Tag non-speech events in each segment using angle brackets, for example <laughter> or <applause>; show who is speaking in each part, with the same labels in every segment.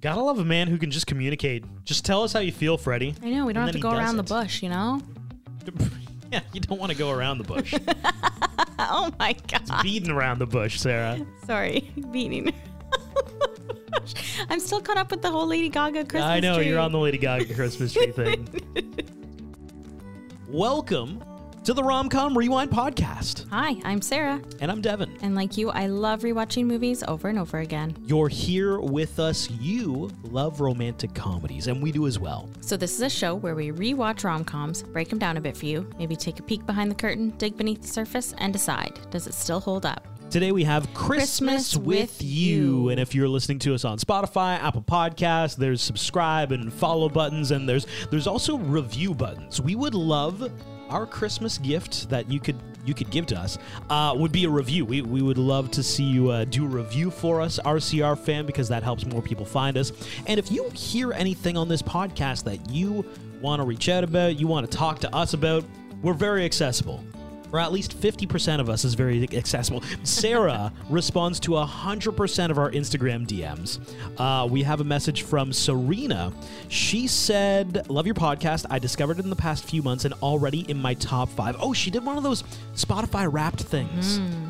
Speaker 1: Gotta love a man who can just communicate. Just tell us how you feel, Freddie. <laughs>
Speaker 2: I know we don't
Speaker 1: And
Speaker 2: have to
Speaker 1: then
Speaker 2: go
Speaker 1: he does
Speaker 2: around the
Speaker 1: it.
Speaker 2: bush, you know.
Speaker 1: yeah, you don't want to go around the bush.
Speaker 2: <laughs> Oh my god!
Speaker 1: Beating around the bush, Sarah.
Speaker 2: Sorry, <laughs> beating. I'm still caught up with the whole Lady Gaga Christmas
Speaker 1: I know
Speaker 2: tree.
Speaker 1: you're on the Lady Gaga Christmas tree
Speaker 2: <laughs>
Speaker 1: thing. Welcome to the Romcom Rewind podcast,
Speaker 2: Hi, I'm Sarah,
Speaker 1: and I'm Devin.
Speaker 2: and like you, I love rewatching movies over and over again.
Speaker 1: You're here with us. You love romantic comedies, and we do as well.
Speaker 2: So this is a show where we rewatch rom-coms, break them down a bit for you, maybe take a peek behind the curtain, dig beneath the surface, and decide does it still hold up.
Speaker 1: Today we have Christmas,
Speaker 2: Christmas
Speaker 1: with
Speaker 2: with
Speaker 1: you.
Speaker 2: You.
Speaker 1: and if you're listening to us on Spotify, Apple Podcasts, there's subscribe and follow buttons, and there's there's also review buttons. We would love our Christmas gift that you could you could give to us uh, would be a review. We, we would love to see you uh, do a review for us, RCR fan, because that helps more people find us. And if you hear anything on this podcast that you want to reach out about, you want to talk to us about, we're very accessible or at least 50% of us is very accessible.
Speaker 2: <laughs>
Speaker 1: Sarah responds to 100% of our Instagram DMs. Uh, we have a message from Serena. She said, Love your podcast. I discovered it in the past few months and already in my top five. Oh, she did one of those Spotify wrapped things.
Speaker 2: Hmm.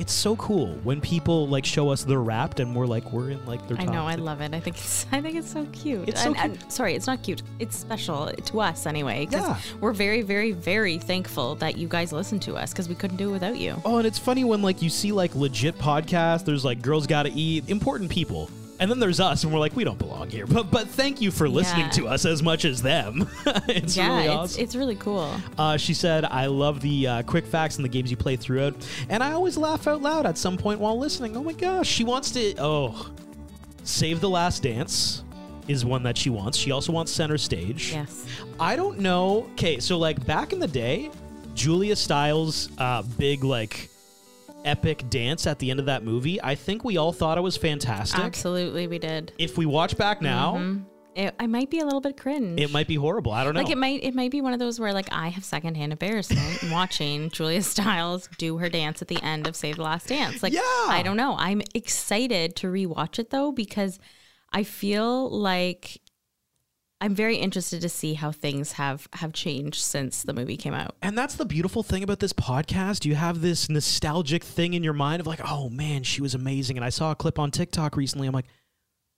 Speaker 1: It's so cool when people like show us they're wrapped and we're like, we're in like their
Speaker 2: I
Speaker 1: top
Speaker 2: know, I
Speaker 1: thi-
Speaker 2: love it. I think it's, <laughs> I think it's so cute.
Speaker 1: It's so
Speaker 2: and, and- sorry, it's not cute. It's special to us anyway. 'cause
Speaker 1: Yeah.
Speaker 2: we're very, very, very thankful that you guys listen to us because we couldn't do it without you.
Speaker 1: Oh, and it's funny when like you see like legit podcasts. There's like girls gotta eat, important people, and then there's us, and we're like we don't belong here. But but thank you for listening
Speaker 2: Yeah.
Speaker 1: to us as much as them. <laughs> it's
Speaker 2: yeah,
Speaker 1: really
Speaker 2: it's,
Speaker 1: awesome.
Speaker 2: it's really cool.
Speaker 1: uh, she said, "I love the uh, quick facts and the games you play throughout, and I always laugh out loud at some point while listening." Oh my gosh, she wants to. Oh, save the last dance is one that she wants. She also wants center stage.
Speaker 2: Yes.
Speaker 1: I don't know. Okay, so like back in the day, Julia Stiles' uh, big like epic dance at the end of that movie. I think we all thought it was fantastic.
Speaker 2: Absolutely, we did.
Speaker 1: If we watch back now,
Speaker 2: It, I might be a little bit cringe.
Speaker 1: it might be horrible. I don't know.
Speaker 2: Mm-hmm. like it might it might be one of those where like I have secondhand embarrassment <laughs> watching Julia Stiles do her dance at the end of Save the Last Dance. Like
Speaker 1: Yeah.
Speaker 2: I don't know. I'm excited to rewatch it though because I feel like I'm very interested to see how things have have changed since the movie came out.
Speaker 1: and that's the beautiful thing about this podcast. You have this nostalgic thing in your mind of like, oh man, she was amazing. And I saw a clip on TikTok recently. I'm like,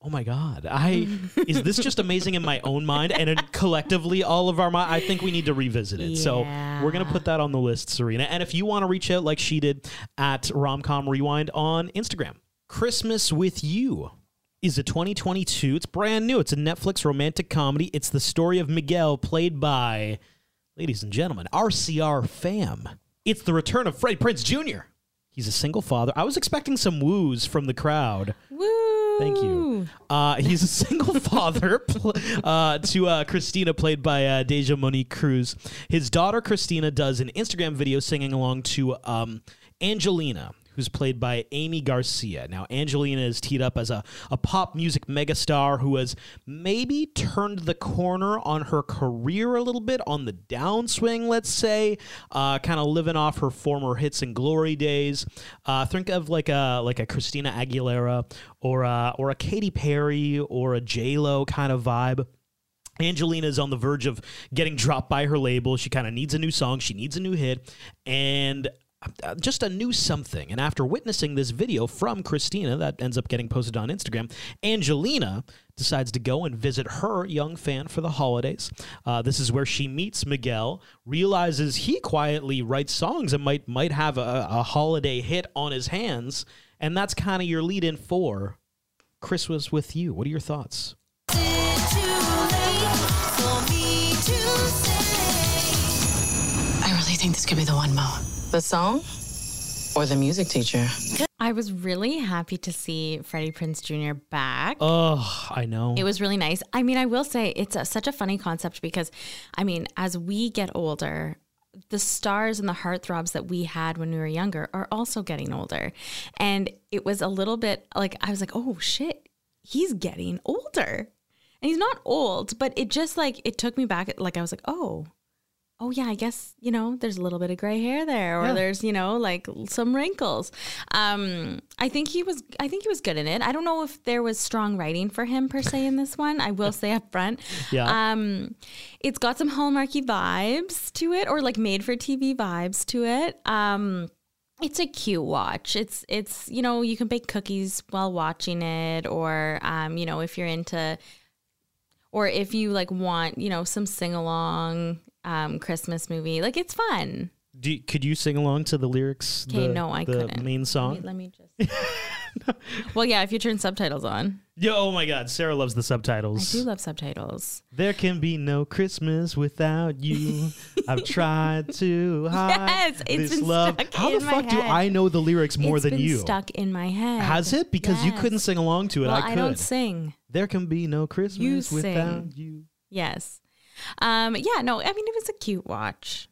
Speaker 1: oh my god, I is this just amazing in my own mind and in collectively all of our mind? I think we need to revisit it. So we're gonna
Speaker 2: Yeah.
Speaker 1: put that on the list, Serena. And if you want to reach out like she did at Romcom Rewind on Instagram, Christmas with you. Is a 2022. It's brand new. It's a Netflix romantic comedy. It's the story of Miguel, played by Ladies and gentlemen, RCR fam, it's the return of Freddie Prince Jr. He's a single father. I was expecting some woos from the crowd.
Speaker 2: Woo!
Speaker 1: Thank you. Uh, he's a <laughs> single father pl- uh, to uh, Christina, played by uh, Deja Monique Cruz. His daughter Christina does an Instagram video singing along to um, Angelina, who's played by Amy Garcia. Now, Angelina is teed up as a, a pop music megastar who has maybe turned the corner on her career a little bit, on the downswing, let's say, uh, kind of living off her former hits and glory days. Uh, think of like a like a Christina Aguilera or a, or a Katy Perry or a J Lo kind of vibe. Angelina is on the verge of getting dropped by her label. She kind of needs a new song. She needs a new hit, and uh, just a new something. And after witnessing this video from Christina that ends up getting posted on Instagram, Angelina decides to go and visit her young fan for the holidays. Uh, this is where she meets Miguel, realizes he quietly writes songs and might might have a, a holiday hit on his hands, and that's kind of your lead in for Christmas with you. What are your thoughts?
Speaker 3: I really think this could be the one, Mo. The song or the music teacher?
Speaker 2: I was really happy to see Freddie Prince Jr. back.
Speaker 1: Oh, I know.
Speaker 2: It was really nice. I mean, I will say it's a, such a funny concept because, I mean, as we get older, the stars and the heartthrobs that we had when we were younger are also getting older. And it was a little bit like, I was like, oh shit, he's getting older. And he's not old, but it just like, it took me back. Like, I was like, oh, oh yeah, I guess you know there's a little bit of gray hair there, or
Speaker 1: Yeah.
Speaker 2: there's you know like l- some wrinkles. Um, I think he was, I think he was good in it. I don't know if there was strong writing for him per se in this one. I will say up front,
Speaker 1: <laughs> Yeah.
Speaker 2: Um, it's got some hallmarky vibes to it, or like made for TV vibes to it. Um. It's a cute watch. It's it's you know you can bake cookies while watching it, or um, you know if you're into or if you like want, you know, some sing along um, Christmas movie, like it's fun.
Speaker 1: Do you- could you sing along to the lyrics?
Speaker 2: 'Kay,
Speaker 1: the,
Speaker 2: no, I
Speaker 1: the
Speaker 2: couldn't.
Speaker 1: main
Speaker 2: Wait,
Speaker 1: song.
Speaker 2: let me
Speaker 1: <laughs>
Speaker 2: just. well, yeah, if you turn subtitles on,
Speaker 1: Yo, oh my God, Sarah loves the
Speaker 2: I
Speaker 1: subtitles.
Speaker 2: do love subtitles.
Speaker 1: There can be no Christmas without
Speaker 2: <laughs>
Speaker 1: you. I've tried to hide
Speaker 2: Yes, it's
Speaker 1: this
Speaker 2: been
Speaker 1: love.
Speaker 2: stuck
Speaker 1: How
Speaker 2: in
Speaker 1: the
Speaker 2: my
Speaker 1: fuck do
Speaker 2: head.
Speaker 1: I know the lyrics more
Speaker 2: It's
Speaker 1: than
Speaker 2: been
Speaker 1: you?
Speaker 2: Stuck in my head.
Speaker 1: Has it? Because you
Speaker 2: Yes.
Speaker 1: couldn't sing along to it.
Speaker 2: Well,
Speaker 1: I could.
Speaker 2: I don't sing.
Speaker 1: there can be no Christmas
Speaker 2: You
Speaker 1: without you.
Speaker 2: Yes. Um, yeah. No. I mean, it was a cute watch.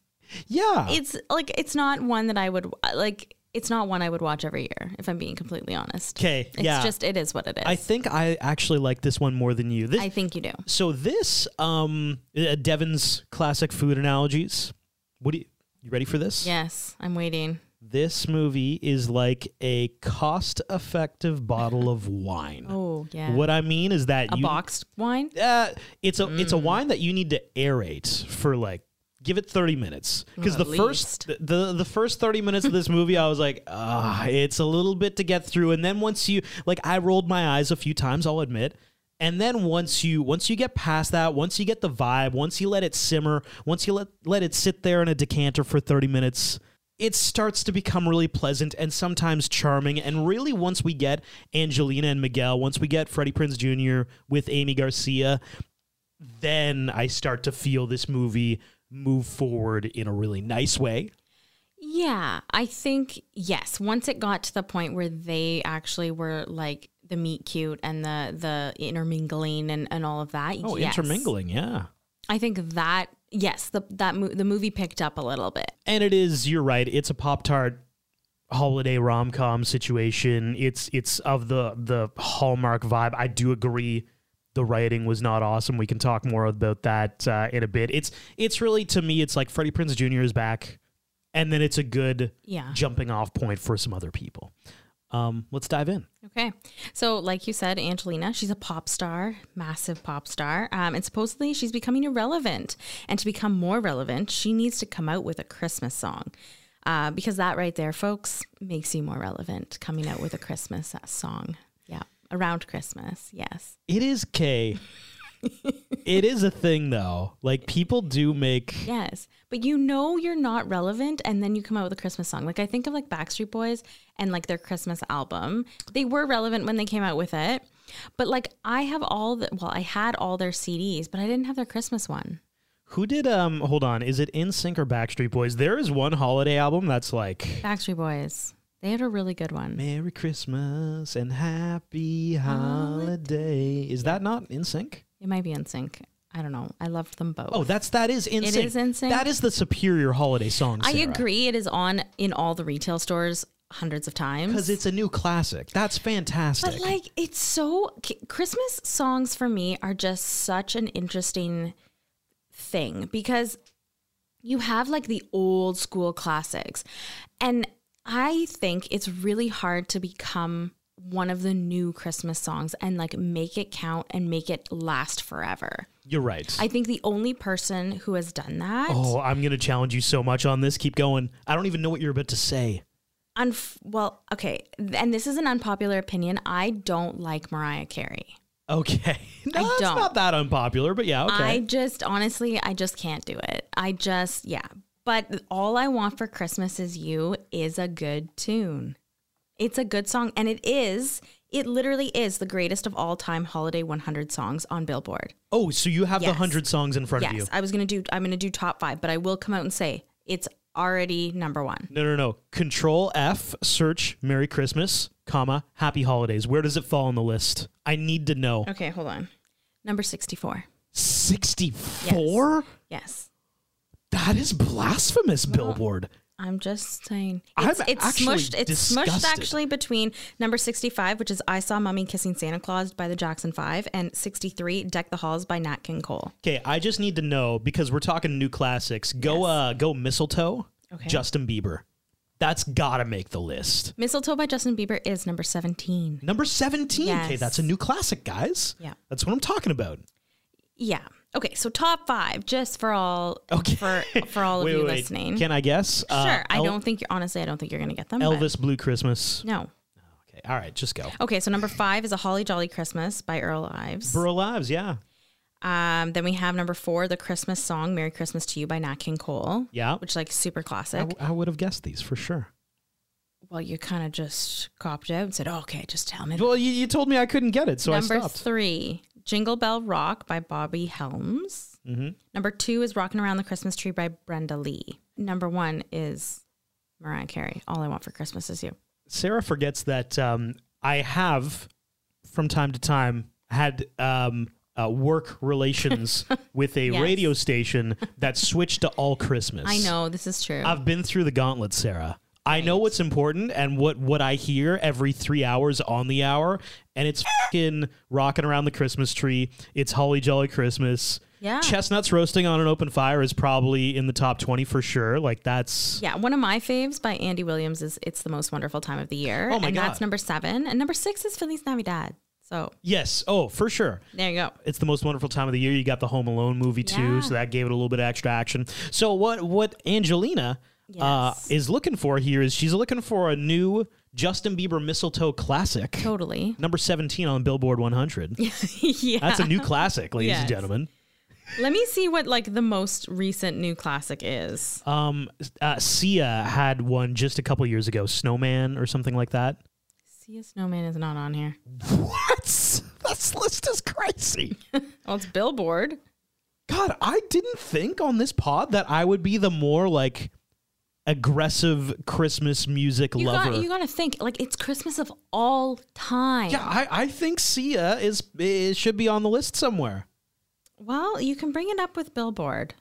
Speaker 1: Yeah.
Speaker 2: It's like it's not one that I would uh, like. It's not one I would watch every year, if I'm being completely honest.
Speaker 1: 'Kay,
Speaker 2: It's
Speaker 1: yeah.
Speaker 2: just it is what it is.
Speaker 1: I
Speaker 2: I,
Speaker 1: think I actually like this one more than you. This,
Speaker 2: think you do.
Speaker 1: so this, um, uh, Devin's classic food analogies. What do you? You ready for this?
Speaker 2: Yes, I'm waiting.
Speaker 1: This movie is like a cost-effective bottle of wine.
Speaker 2: Oh yeah.
Speaker 1: What I mean is that
Speaker 2: a Mm.
Speaker 1: you,
Speaker 2: boxed wine.
Speaker 1: Uh, it's a it's a wine that you need to aerate for like give it 30 minutes because
Speaker 2: At
Speaker 1: the first the, the first 30 minutes of this movie I was like ah it's a little bit to get through and then once you like I rolled my eyes a few times I'll admit and then once you once you get past that once you get the vibe once you let it simmer once you let let it sit there in a decanter for 30 minutes it starts to become really pleasant and sometimes charming. And really, once we get Angelina and Miguel, once we get Freddie Prince Jr. with Amy Garcia, then I start to feel this movie move forward in a really nice way.
Speaker 2: Yeah, I think yes. Once it got to the point where they actually were like the meet cute and the the intermingling and, and all of that.
Speaker 1: Oh,
Speaker 2: yes.
Speaker 1: intermingling, yeah.
Speaker 2: I think that yes, the that mo- the movie picked up a little bit.
Speaker 1: And it is, you're right, it's a Pop Tart holiday rom com situation. It's it's of the the hallmark vibe. I do agree the writing was not awesome. We can talk more about that uh, in a bit. It's it's really to me, it's like Freddie Prince Jr. is back, and then it's a good
Speaker 2: Yeah.
Speaker 1: jumping off point for some other people. Um, let's dive in.
Speaker 2: Okay. So, like you said, Angelina, she's a pop star, massive pop star. Um, and supposedly she's becoming irrelevant. And to become more relevant, she needs to come out with a Christmas song. Uh, because that right there, folks, makes you more relevant, coming out with a Christmas uh, song. Yeah. Around Christmas. Yes.
Speaker 1: It is
Speaker 2: <laughs>
Speaker 1: K. it is a thing though. Like people do make
Speaker 2: Yes. But you know you're not relevant. And then you come out with a Christmas song. Like, I think of like Backstreet Boys and like their Christmas album. They were relevant when they came out with it. But like, I have all the, well, I had all their CDs, but I didn't have their Christmas one.
Speaker 1: Who did um hold on, is it In Sync or Backstreet Boys? There is one holiday album that's like
Speaker 2: Backstreet Boys. They had a really good one.
Speaker 1: Merry Christmas and Happy Holiday. Is that not In Sync?
Speaker 2: It might be in sync. I don't know. I loved them both.
Speaker 1: Oh, that's that is In
Speaker 2: It
Speaker 1: Sync.
Speaker 2: is NSYNC.
Speaker 1: That is the superior holiday song.
Speaker 2: I agree. It is on in all the retail stores hundreds of times.
Speaker 1: Because it's a new classic. That's fantastic.
Speaker 2: But like, it's so K- Christmas songs for me are just such an interesting thing because you have like the old school classics, and I think it's really hard to become one of the new Christmas songs and like make it count and make it last forever.
Speaker 1: You're right.
Speaker 2: I think the only person who has done that,
Speaker 1: oh, I'm gonna challenge you so much on this. Keep going. I don't even know what you're about to say.
Speaker 2: unf- well, okay, and this is an unpopular opinion. I don't like Mariah Carey.
Speaker 1: Okay. <laughs> No,
Speaker 2: I
Speaker 1: it's
Speaker 2: don't.
Speaker 1: not that unpopular, but yeah, okay.
Speaker 2: I just honestly, I just can't do it. I just, yeah. But all I want for Christmas is you is a good tune. It's a good song, and it is. It literally is the greatest of all time holiday 100 songs on Billboard.
Speaker 1: oh, so you have the
Speaker 2: Yes.
Speaker 1: hundred songs in front of you.
Speaker 2: Yes, I was gonna do. I'm gonna do top five, but I will come out and say it's already number one.
Speaker 1: No, no, no. Control F, search Merry Christmas, comma, Happy Holidays. Where does it fall on the list? I need to know.
Speaker 2: Okay, hold on. Number 64.
Speaker 1: 64?
Speaker 2: Yes.
Speaker 1: That is blasphemous, Billboard.
Speaker 2: I'm just saying.
Speaker 1: I'm
Speaker 2: It's, it's
Speaker 1: actually
Speaker 2: smushed. It's smushed
Speaker 1: disgusted.
Speaker 2: actually between number 65, which is I Saw Mummy Kissing Santa Claus by the Jackson Five, and 63, Deck the Halls by Nat King Cole.
Speaker 1: Okay, I just need to know because we're talking new classics. Go uh go mistletoe.
Speaker 2: Okay.
Speaker 1: Justin Bieber. That's gotta make the list.
Speaker 2: Mistletoe by Justin Bieber is number 17.
Speaker 1: Number 17. Okay,
Speaker 2: Yes.
Speaker 1: that's a new classic, guys.
Speaker 2: Yeah.
Speaker 1: That's what I'm talking about.
Speaker 2: Yeah. Okay, so top five, just for all
Speaker 1: Okay.
Speaker 2: for
Speaker 1: <laughs>
Speaker 2: for all of
Speaker 1: Wait,
Speaker 2: you
Speaker 1: wait,
Speaker 2: listening.
Speaker 1: Can I guess?
Speaker 2: sure.
Speaker 1: Uh,
Speaker 2: I
Speaker 1: El-
Speaker 2: don't think you're honestly I don't think you're gonna get them. but-
Speaker 1: Elvis Blue Christmas.
Speaker 2: No.
Speaker 1: Okay. All right, just go.
Speaker 2: Okay, so number five is A Holly Jolly Christmas by Earl Ives.
Speaker 1: Burl Lives, yeah.
Speaker 2: Um, then we have number four, the Christmas song "Merry Christmas to You" by Nat King Cole.
Speaker 1: Yeah.
Speaker 2: which like super
Speaker 1: I,
Speaker 2: classic.
Speaker 1: w- I would have guessed these for sure.
Speaker 2: well, you kind of just copped out and said, oh, "Okay, just tell me."
Speaker 1: Well, you, you told me I couldn't get it, so I
Speaker 2: number
Speaker 1: stopped.
Speaker 2: three, "Jingle Bell Rock" by Bobby Helms.
Speaker 1: Mm-hmm.
Speaker 2: Number two is "Rocking Around the Christmas Tree" by Brenda Lee. Number one is Mariah Carey. All I want for Christmas is you.
Speaker 1: Sarah forgets that um, I have, from time to time, had um, uh, work <laughs> relations with a
Speaker 2: Yes.
Speaker 1: radio station that switched to all Christmas.
Speaker 2: I know this is true.
Speaker 1: I've been through the gauntlet, Sarah. I know what's important and what what I hear every three hours on the hour, and it's fucking rocking around the Christmas tree. It's holly jolly Christmas.
Speaker 2: Yeah.
Speaker 1: chestnuts roasting on an open fire is probably in the top twenty for sure. Like that's
Speaker 2: yeah, one of my faves by Andy Williams is "It's the Most Wonderful Time of the Year,"
Speaker 1: Oh my
Speaker 2: and
Speaker 1: God.
Speaker 2: that's number seven. And number six is "Feliz Navidad." So
Speaker 1: yes, oh for sure.
Speaker 2: there you go.
Speaker 1: It's the most wonderful time of the year. You got the Home Alone movie too,
Speaker 2: Yeah.
Speaker 1: so that gave it a little bit of extra action. So what what Angelina uh,
Speaker 2: Yes.
Speaker 1: is looking for here is she's looking for a new Justin Bieber mistletoe classic.
Speaker 2: Totally. <laughs>
Speaker 1: number 17 on Billboard 100.
Speaker 2: yeah.
Speaker 1: That's a new classic, ladies and
Speaker 2: Yes.
Speaker 1: gentlemen.
Speaker 2: Let me see what like the most recent new classic is.
Speaker 1: Um, uh, Sia had one just a couple years ago, Snowman or something like that.
Speaker 2: See a snowman is not on here.
Speaker 1: What? <laughs> This list is crazy.
Speaker 2: Well, it's Billboard.
Speaker 1: God, I didn't think on this pod that I would be the more like aggressive Christmas music
Speaker 2: You
Speaker 1: lover.
Speaker 2: got you got to think like it's Christmas of all time.
Speaker 1: yeah, I, I think Sia is, is should be on the list somewhere. <laughs>
Speaker 2: Well, you can bring it up with Billboard.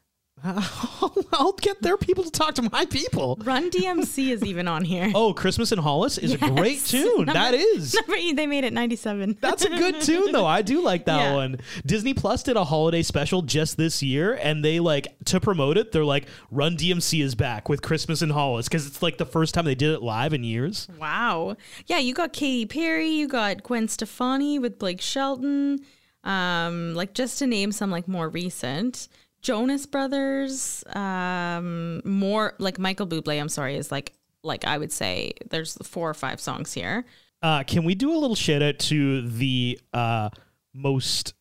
Speaker 1: I'll get their people to talk to my people. <laughs>
Speaker 2: Run DMC is even on here.
Speaker 1: Oh, Christmas in Hollis is a great
Speaker 2: Yes.
Speaker 1: tune. <laughs>
Speaker 2: Number-
Speaker 1: that is.
Speaker 2: <laughs> Number eight, they made it 97.
Speaker 1: That's a good tune though. I do like that
Speaker 2: Yeah.
Speaker 1: one. Disney Plus did a holiday special just this year and they like to promote it, they're like Run DMC is back with Christmas in Hollis cuz it's like the first time they did it live in years.
Speaker 2: <laughs> wow. Yeah, you got Katy Perry, you got Gwen Stefani with Blake Shelton. Um, like just to name some like more recent. Jonas Brothers, um, more like Michael Bublé, I'm sorry, is like like I would say there's four or five songs here.
Speaker 1: Uh can we do a little shout out to the uh most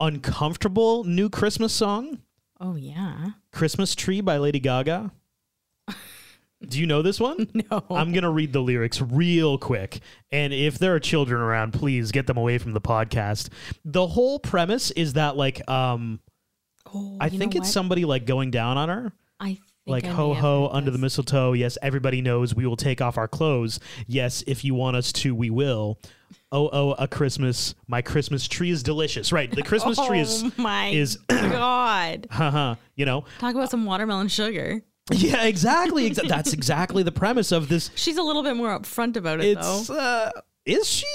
Speaker 1: uncomfortable new Christmas song?
Speaker 2: Oh yeah.
Speaker 1: Christmas Tree by Lady Gaga. Do you know this one?
Speaker 2: <laughs> No.
Speaker 1: I'm going to read the lyrics real quick. And if there are children around, please get them away from the podcast. The whole premise is that, like, um,
Speaker 2: Oh,
Speaker 1: I
Speaker 2: you know
Speaker 1: think it's
Speaker 2: what?
Speaker 1: somebody like going down on her.
Speaker 2: I think
Speaker 1: Like,
Speaker 2: I may
Speaker 1: ho
Speaker 2: have
Speaker 1: ho,
Speaker 2: heard
Speaker 1: under the
Speaker 2: this.
Speaker 1: mistletoe. Yes, everybody knows we will take off our clothes. Yes, if you want us to, we will. Oh, oh, a Christmas. My Christmas tree is delicious. Right. The Christmas tree is,
Speaker 2: <laughs> Oh
Speaker 1: <laughs>
Speaker 2: my
Speaker 1: is,
Speaker 2: <clears throat>
Speaker 1: <clears throat>
Speaker 2: god.
Speaker 1: haha, you know?
Speaker 2: Talk about some watermelon sugar.
Speaker 1: Yeah, exactly. Exa- that's exactly the premise of this
Speaker 2: She's a little bit more upfront about it
Speaker 1: It's
Speaker 2: though.
Speaker 1: uh, is she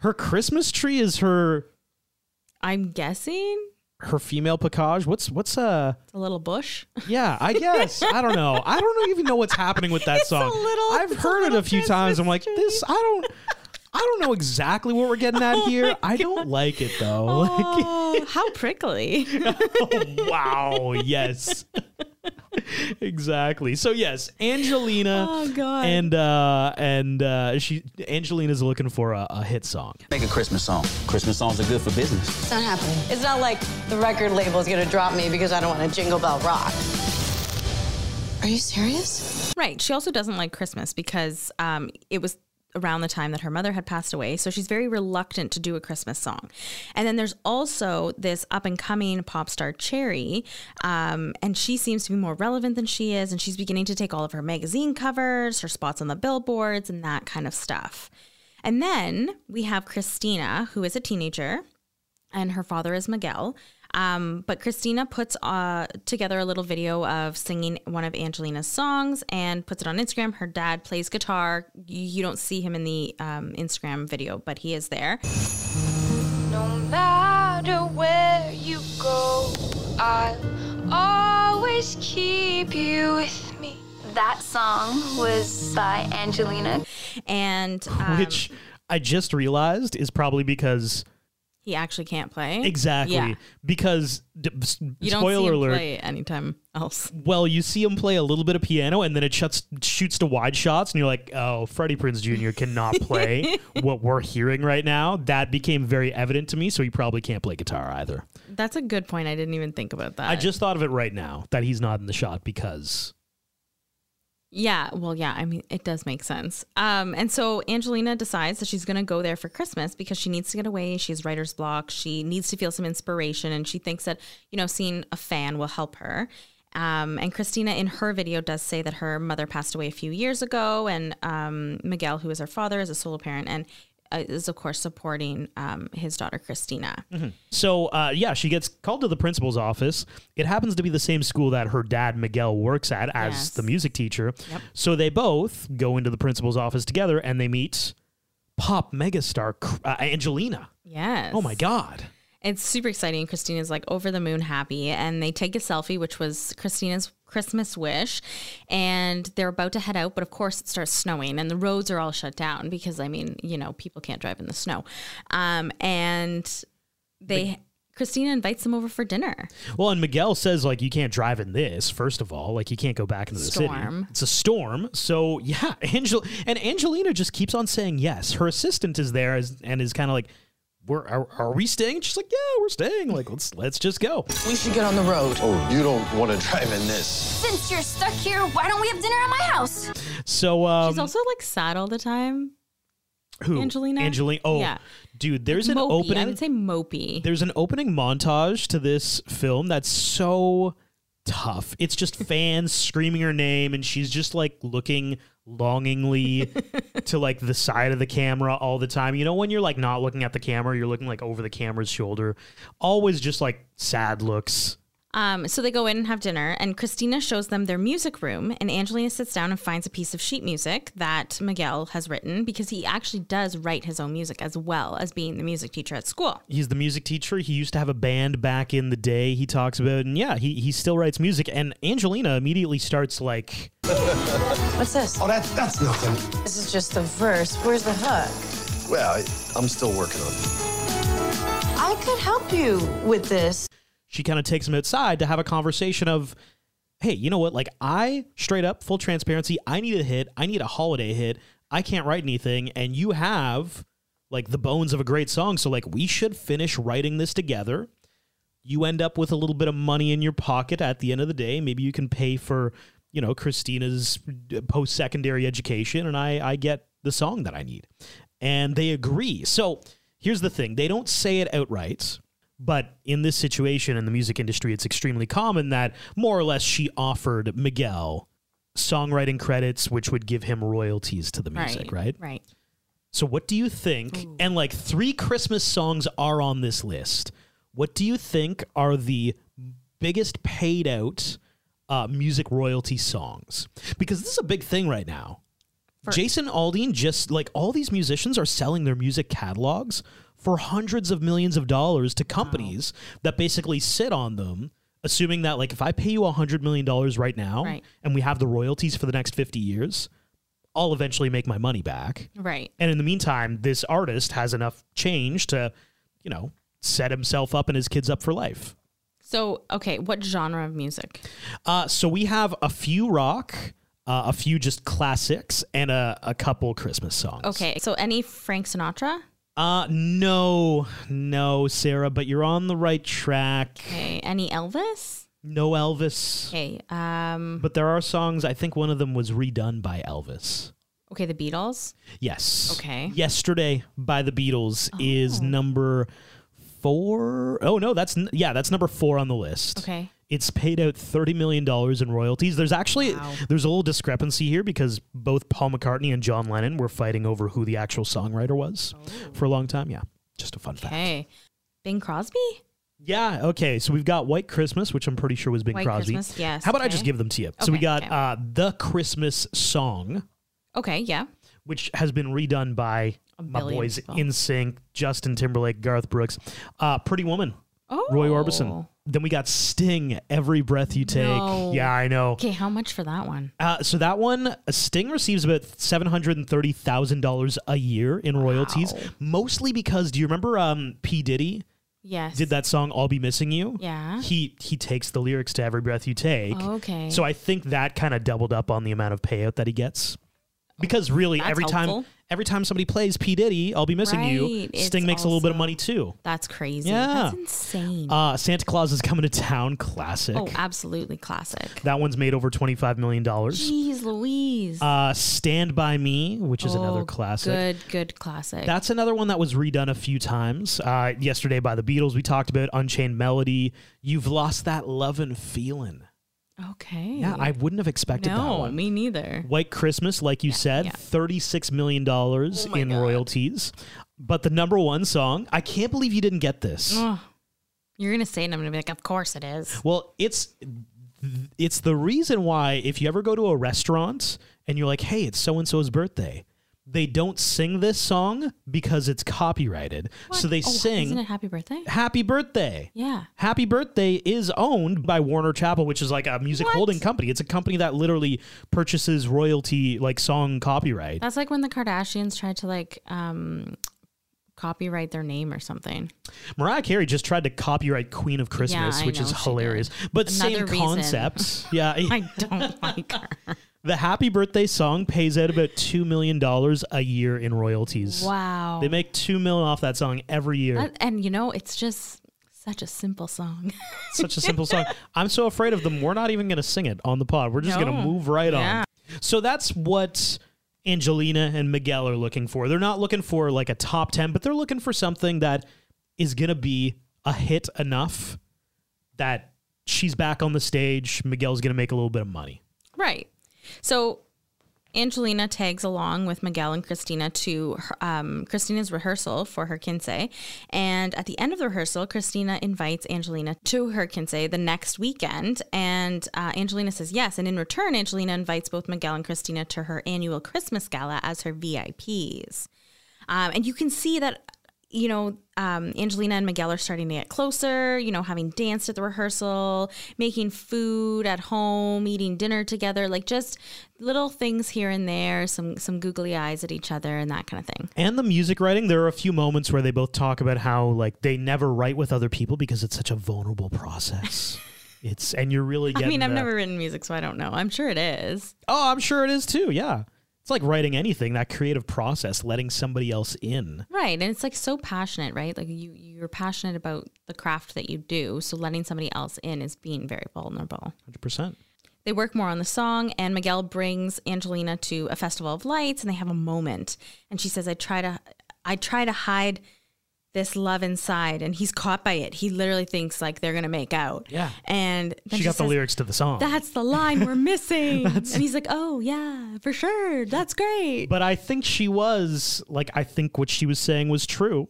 Speaker 1: her Christmas tree is her
Speaker 2: I'm guessing
Speaker 1: her female package? What's what's uh
Speaker 2: it's a little bush.
Speaker 1: yeah, <laughs> I guess. I don't know. I don't even know what's happening with that
Speaker 2: It's a
Speaker 1: song.
Speaker 2: little-
Speaker 1: I've
Speaker 2: it's a
Speaker 1: heard it a
Speaker 2: little
Speaker 1: few times.
Speaker 2: Christmas
Speaker 1: I'm like, this I don't I don't know exactly what we're getting
Speaker 2: <laughs>
Speaker 1: at here. I don't like it though. Like,
Speaker 2: Oh, how prickly.
Speaker 1: <laughs> wow, yes. <laughs> exactly. So yes, Angelina
Speaker 2: Oh, God.
Speaker 1: and uh and uh she Angelina's looking for a, a hit song.
Speaker 4: Make a Christmas song. Christmas songs are good for business.
Speaker 5: It's not happening. It's not like the record label is gonna drop me because I don't want to jingle bell rock.
Speaker 3: Are you serious?
Speaker 2: Right. She also doesn't like Christmas because um, it was around the time that her mother had passed away. So she's very reluctant to do a Christmas song. And then there's also this up and coming pop star, Cherry. Um, and she seems to be more relevant than she is. And she's beginning to take all of her magazine covers, her spots on the billboards, and that kind of stuff. And then we have Christina, who is a teenager and her father is Miguel. Um, but Christina puts uh, together a little video of singing one of Angelina's songs and puts it on Instagram. Her dad plays guitar. You you don't see him in the um, Instagram video, but he is there.
Speaker 6: No matter where you go, I'll always keep you with me. That song was by Angelina.
Speaker 2: And um,
Speaker 1: which I just realized is probably because
Speaker 2: he actually can't play.
Speaker 1: exactly
Speaker 2: Yeah.
Speaker 1: because d- s-
Speaker 2: You don't
Speaker 1: spoiler
Speaker 2: see him
Speaker 1: alert.
Speaker 2: play anytime else.
Speaker 1: Well, you see him play a little bit of piano, and then it shuts, shoots to wide shots, and you're like, "Oh, Freddie Prince Jr. cannot
Speaker 2: <laughs>
Speaker 1: play what we're hearing right now." That became very evident to me, so he probably can't play guitar either.
Speaker 2: That's a good point. I didn't even think about that.
Speaker 1: I just thought of it right now that he's not in the shot because
Speaker 2: Yeah, well, yeah, I mean, it does make sense. Um, and so Angelina decides that she's going to go there for Christmas because she needs to get away. She has writer's block. She needs to feel some inspiration. And she thinks that, you know, seeing a fan will help her. Um, and Christina in her video does say that her mother passed away a few years ago. And um, Miguel, who is her father, is a solo parent and uh, is, of course, supporting um, his daughter, Christina.
Speaker 1: So uh, yeah, she gets called to the principal's office. It happens to be the same school that her dad Miguel works at as
Speaker 2: Yes.
Speaker 1: the music teacher. So they both go into the principal's office together, and they meet pop megastar Cr- uh, Angelina.
Speaker 2: Yes.
Speaker 1: Oh my god!
Speaker 2: It's super exciting. Christina's like over the moon happy, and they take a selfie, which was Christina's Christmas wish. And they're about to head out, but of course, it starts snowing, and the roads are all shut down because, I mean, you know, people can't drive in the snow. Um, and they, Christina invites them over for dinner.
Speaker 1: Well, and Miguel says like you can't drive in this. First of all, like you can't go back into the
Speaker 2: Storm.
Speaker 1: city. It's a storm. So yeah, <laughs> Angel and Angelina just keeps on saying yes. Her assistant is there as, and is kind of like, "We're are, are we staying?" She's like, "Yeah, we're staying. Like let's let's just go."
Speaker 4: We should get on the road.
Speaker 7: Oh, you don't want to drive in this.
Speaker 6: Since you're stuck here, why don't we have dinner at my house?
Speaker 1: So um,
Speaker 2: She's also like sad all the time.
Speaker 1: Who?
Speaker 2: Angelina?
Speaker 1: Angelina. Oh,
Speaker 2: Yeah.
Speaker 1: dude, there's an
Speaker 2: mopey. I
Speaker 1: opening.
Speaker 2: would say mopey.
Speaker 1: there's an opening montage to this film that's so tough. It's
Speaker 2: <laughs>
Speaker 1: just fans screaming her name, and she's just like looking
Speaker 2: <laughs>
Speaker 1: longingly to like the side of the camera all the time. You know, when you're like not looking at the camera, you're looking like over the camera's shoulder. Always just like sad looks.
Speaker 2: Um, so they go in and have dinner, and Christina shows them their music room, and Angelina sits down and finds a piece of sheet music that Miguel has written because he actually does write his own music as well as being the music teacher at school.
Speaker 1: He's the music teacher. He used to have a band back in the day. He talks about, and yeah, he, he still writes music. And Angelina immediately starts like
Speaker 5: What's this?
Speaker 7: Oh, that's that's nothing.
Speaker 5: This is just the verse. Where's the hook?
Speaker 7: Well, I, I'm still working on it.
Speaker 5: I could help you with this.
Speaker 1: she kind of takes him outside to have a conversation of hey you know what like i straight up full transparency i need a hit i need a holiday hit i can't write anything and you have like the bones of a great song so like we should finish writing this together you end up with a little bit of money in your pocket at the end of the day maybe you can pay for you know christina's uh, post-secondary education and i i get the song that i need and they agree so here's the thing they don't say it outright but in this situation in the music industry, it's extremely common that more or less she offered Miguel songwriting credits, which would give him royalties to the music, right?
Speaker 2: Right.
Speaker 1: So, what do you think? And like three Christmas songs are on this list. What do you think are the biggest paid out uh, music royalty songs? Because this is a big thing right now. Jason Aldean just like all these musicians are selling their music catalogs for hundreds of millions of dollars to companies that basically sit on them assuming that like if I pay you a 100 million dollars right now
Speaker 2: Right.
Speaker 1: and we have the royalties for the next 50 years I'll eventually make my money back.
Speaker 2: Right.
Speaker 1: And in the meantime, this artist has enough change to, you know, set himself up and his kids up for life.
Speaker 2: So, okay, what genre of music?
Speaker 1: Uh, so we have a few rock, uh, a few just classics, and a, a couple Christmas songs.
Speaker 2: Okay, so any Frank Sinatra?
Speaker 1: Uh, no, no, Sarah, but you're on the right track.
Speaker 2: Okay, any Elvis?
Speaker 1: No Elvis.
Speaker 2: Okay, um,
Speaker 1: But there are songs, I think one of them was redone by Elvis.
Speaker 2: okay, the Beatles.
Speaker 1: Yes.
Speaker 2: Okay. Oh.
Speaker 1: Yesterday by the Beatles is number four. Oh no, that's n- yeah, that's number four on the list.
Speaker 2: Okay.
Speaker 1: It's paid out thirty million dollars in royalties. There's actually there's a little discrepancy here because both Paul McCartney and John Lennon were fighting over who
Speaker 2: Oh.
Speaker 1: the actual songwriter was for a long time. Yeah, just a fun fact.
Speaker 2: Okay. Bing Crosby?
Speaker 1: Yeah. Okay. So we've got White Christmas, which I'm pretty sure was Bing
Speaker 2: White
Speaker 1: Crosby.
Speaker 2: Christmas, yes,
Speaker 1: How about I
Speaker 2: okay.
Speaker 1: just give them to you? So we
Speaker 2: Okay,
Speaker 1: got
Speaker 2: okay.
Speaker 1: uh, the Christmas song,
Speaker 2: Okay, yeah.
Speaker 1: which has been redone by my
Speaker 2: billion
Speaker 1: boys
Speaker 2: people.
Speaker 1: In Sync, Justin Timberlake, Garth Brooks, uh, Pretty Woman,
Speaker 2: Oh.
Speaker 1: Roy Orbison. Then we got Sting, Every Breath You Take.
Speaker 2: No.
Speaker 1: Yeah, I know.
Speaker 2: Okay, how much for that one?
Speaker 1: Uh, so that one, Sting receives about seven hundred and thirty thousand dollars a year in royalties, mostly because do you remember um, P Diddy
Speaker 2: Yes.
Speaker 1: did that song "I'll Be Missing You"?
Speaker 2: Yeah.
Speaker 1: he he takes the lyrics to "Every Breath You Take."
Speaker 2: Okay.
Speaker 1: So I think that kind of doubled up on the amount of payout that he gets, because really
Speaker 2: That's
Speaker 1: every time
Speaker 2: helpful.
Speaker 1: every time somebody plays P Diddy, "I'll Be Missing You,"
Speaker 2: Right. It's
Speaker 1: Sting makes a little bit of
Speaker 2: also-
Speaker 1: money too.
Speaker 2: That's crazy.
Speaker 1: Yeah.
Speaker 2: That's insane.
Speaker 1: Uh, Santa Claus is coming to town, classic.
Speaker 2: oh, absolutely classic.
Speaker 1: that one's made over twenty five million dollars.
Speaker 2: Jeez Louise.
Speaker 1: Uh, Stand by Me, which is another
Speaker 2: Oh,
Speaker 1: classic.
Speaker 2: Good, good classic.
Speaker 1: That's another one that was redone a few times. Uh, yesterday by the Beatles, we talked about Unchained Melody. You've lost that love and feeling.
Speaker 2: okay.
Speaker 1: Yeah, I wouldn't have expected that
Speaker 2: no,
Speaker 1: one.
Speaker 2: me neither.
Speaker 1: White Christmas, like you said,
Speaker 2: yeah. Oh
Speaker 1: thirty-six million dollars in royalties. But the number one song, I can't believe you didn't get this.
Speaker 2: You're gonna say it and I'm gonna be like, Of course it is.
Speaker 1: Well, it's it's the reason why if you ever go to a restaurant and you're like, "Hey, it's so and so's birthday." They don't sing this song because it's copyrighted. So they
Speaker 2: Oh, Isn't it
Speaker 1: sing
Speaker 2: happy birthday?
Speaker 1: Happy Birthday.
Speaker 2: Yeah.
Speaker 1: Happy Birthday is owned by Warner Chappell, which is like a music holding company. It's a company that literally purchases royalty like song copyright.
Speaker 2: That's like when the Kardashians tried to like um copyright their name or something.
Speaker 1: Mariah Carey just tried to copyright Queen of Christmas,
Speaker 2: I
Speaker 1: which is
Speaker 2: know she
Speaker 1: hilarious.
Speaker 2: did.
Speaker 1: But same
Speaker 2: Another reason. <laughs>
Speaker 1: concept. <laughs> yeah.
Speaker 2: I don't like her.
Speaker 1: The Happy Birthday song pays out about $2 million a year in royalties.
Speaker 2: Wow.
Speaker 1: They make 2 million off that song every year.
Speaker 2: That- and you know, it's just such a simple song. <laughs>
Speaker 1: Such a simple song. I'm so afraid of them. We're not even going to sing it on the pod. We're just going to
Speaker 2: No.
Speaker 1: move right
Speaker 2: Yeah.
Speaker 1: on. So that's what Angelina and Miguel are looking for. They're not looking for like a top 10, but they're looking for something that is going to be a hit enough that she's back on the stage. Miguel's going to make a little bit of money.
Speaker 2: Right. So Angelina tags along with Miguel and Christina to her- um, Christina's rehearsal for her Kinsey. And at the end of the rehearsal, Christina invites Angelina to her Kinsey the next weekend. And uh, Angelina says yes. And in return, Angelina invites both Miguel and Christina to her annual Christmas gala as her VIPs. Um, and you can see that, you know, um, Angelina and Miguel are starting to get closer, you know, having danced at the rehearsal, making food at home, eating dinner together, like just little things here and there, some, some googly eyes at each other and that kind of thing.
Speaker 1: And the music writing, there are a few moments where they both talk about how like they never write with other people because it's such a vulnerable
Speaker 2: <laughs>
Speaker 1: process. it's and you're really getting
Speaker 2: I mean, I've
Speaker 1: the-
Speaker 2: never written music, so I don't know. I'm sure it is.
Speaker 1: Oh, I'm sure it is too. Yeah. It's like writing anything, that creative process, letting somebody else in.
Speaker 2: Right. And it's like so passionate, right? Like you, you're passionate about the craft that you do. So letting somebody else in is being very vulnerable.
Speaker 1: 100%.
Speaker 2: They work more on the song, and Miguel brings Angelina to a festival of lights, and they have a moment. And she says, "I try to, I try to hide this love inside," and he's caught by it. He literally thinks like they're gonna make out.
Speaker 1: Yeah.
Speaker 2: and then
Speaker 1: She got the
Speaker 2: says,
Speaker 1: lyrics to the song.
Speaker 2: That's the line
Speaker 1: <laughs>
Speaker 2: we're missing. and he's like, "Oh yeah, for sure. That's great."
Speaker 1: but I think she was, like, I think what she was saying was true.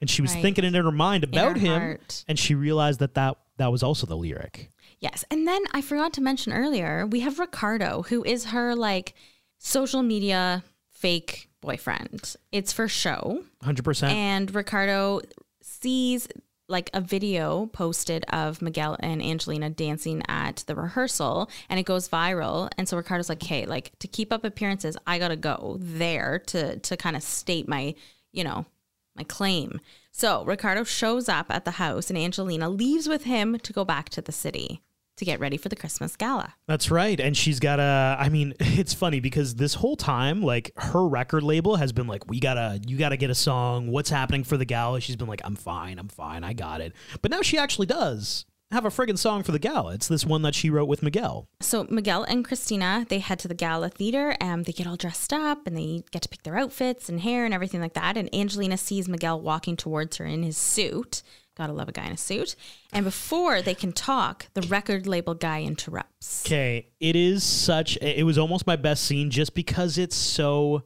Speaker 1: And she was
Speaker 2: Right.
Speaker 1: thinking it in her mind about
Speaker 2: her
Speaker 1: him.
Speaker 2: heart.
Speaker 1: And she realized that, that that was also the lyric.
Speaker 2: Yes. And then I forgot to mention earlier, we have Ricardo, who is her like social media fake boyfriend. It's for show.
Speaker 1: 100%.
Speaker 2: and Ricardo sees like a video posted of Miguel and Angelina dancing at the rehearsal and it goes viral and so Ricardo's like hey like to keep up appearances I got to go there to to kind of state my you know my claim so Ricardo shows up at the house and Angelina leaves with him to go back to the city to get ready for the Christmas gala
Speaker 1: That's right. And she's got a I mean, <laughs> it's funny because this whole time like her record label has been like we got to you got to get a song. What's happening for the gala? She's been like I'm fine, I'm fine. I got it. But now she actually does have a friggin' song for the gala. It's this one that she wrote with Miguel.
Speaker 2: So Miguel and Christina, they head to the gala theater and they get all dressed up and they get to pick their outfits and hair and everything like that. And Angelina sees Miguel walking towards her in his suit. Gotta love a guy in a suit. And before they can talk, the record label guy interrupts.
Speaker 1: <laughs> Okay, it is such it was almost my best scene just because it's so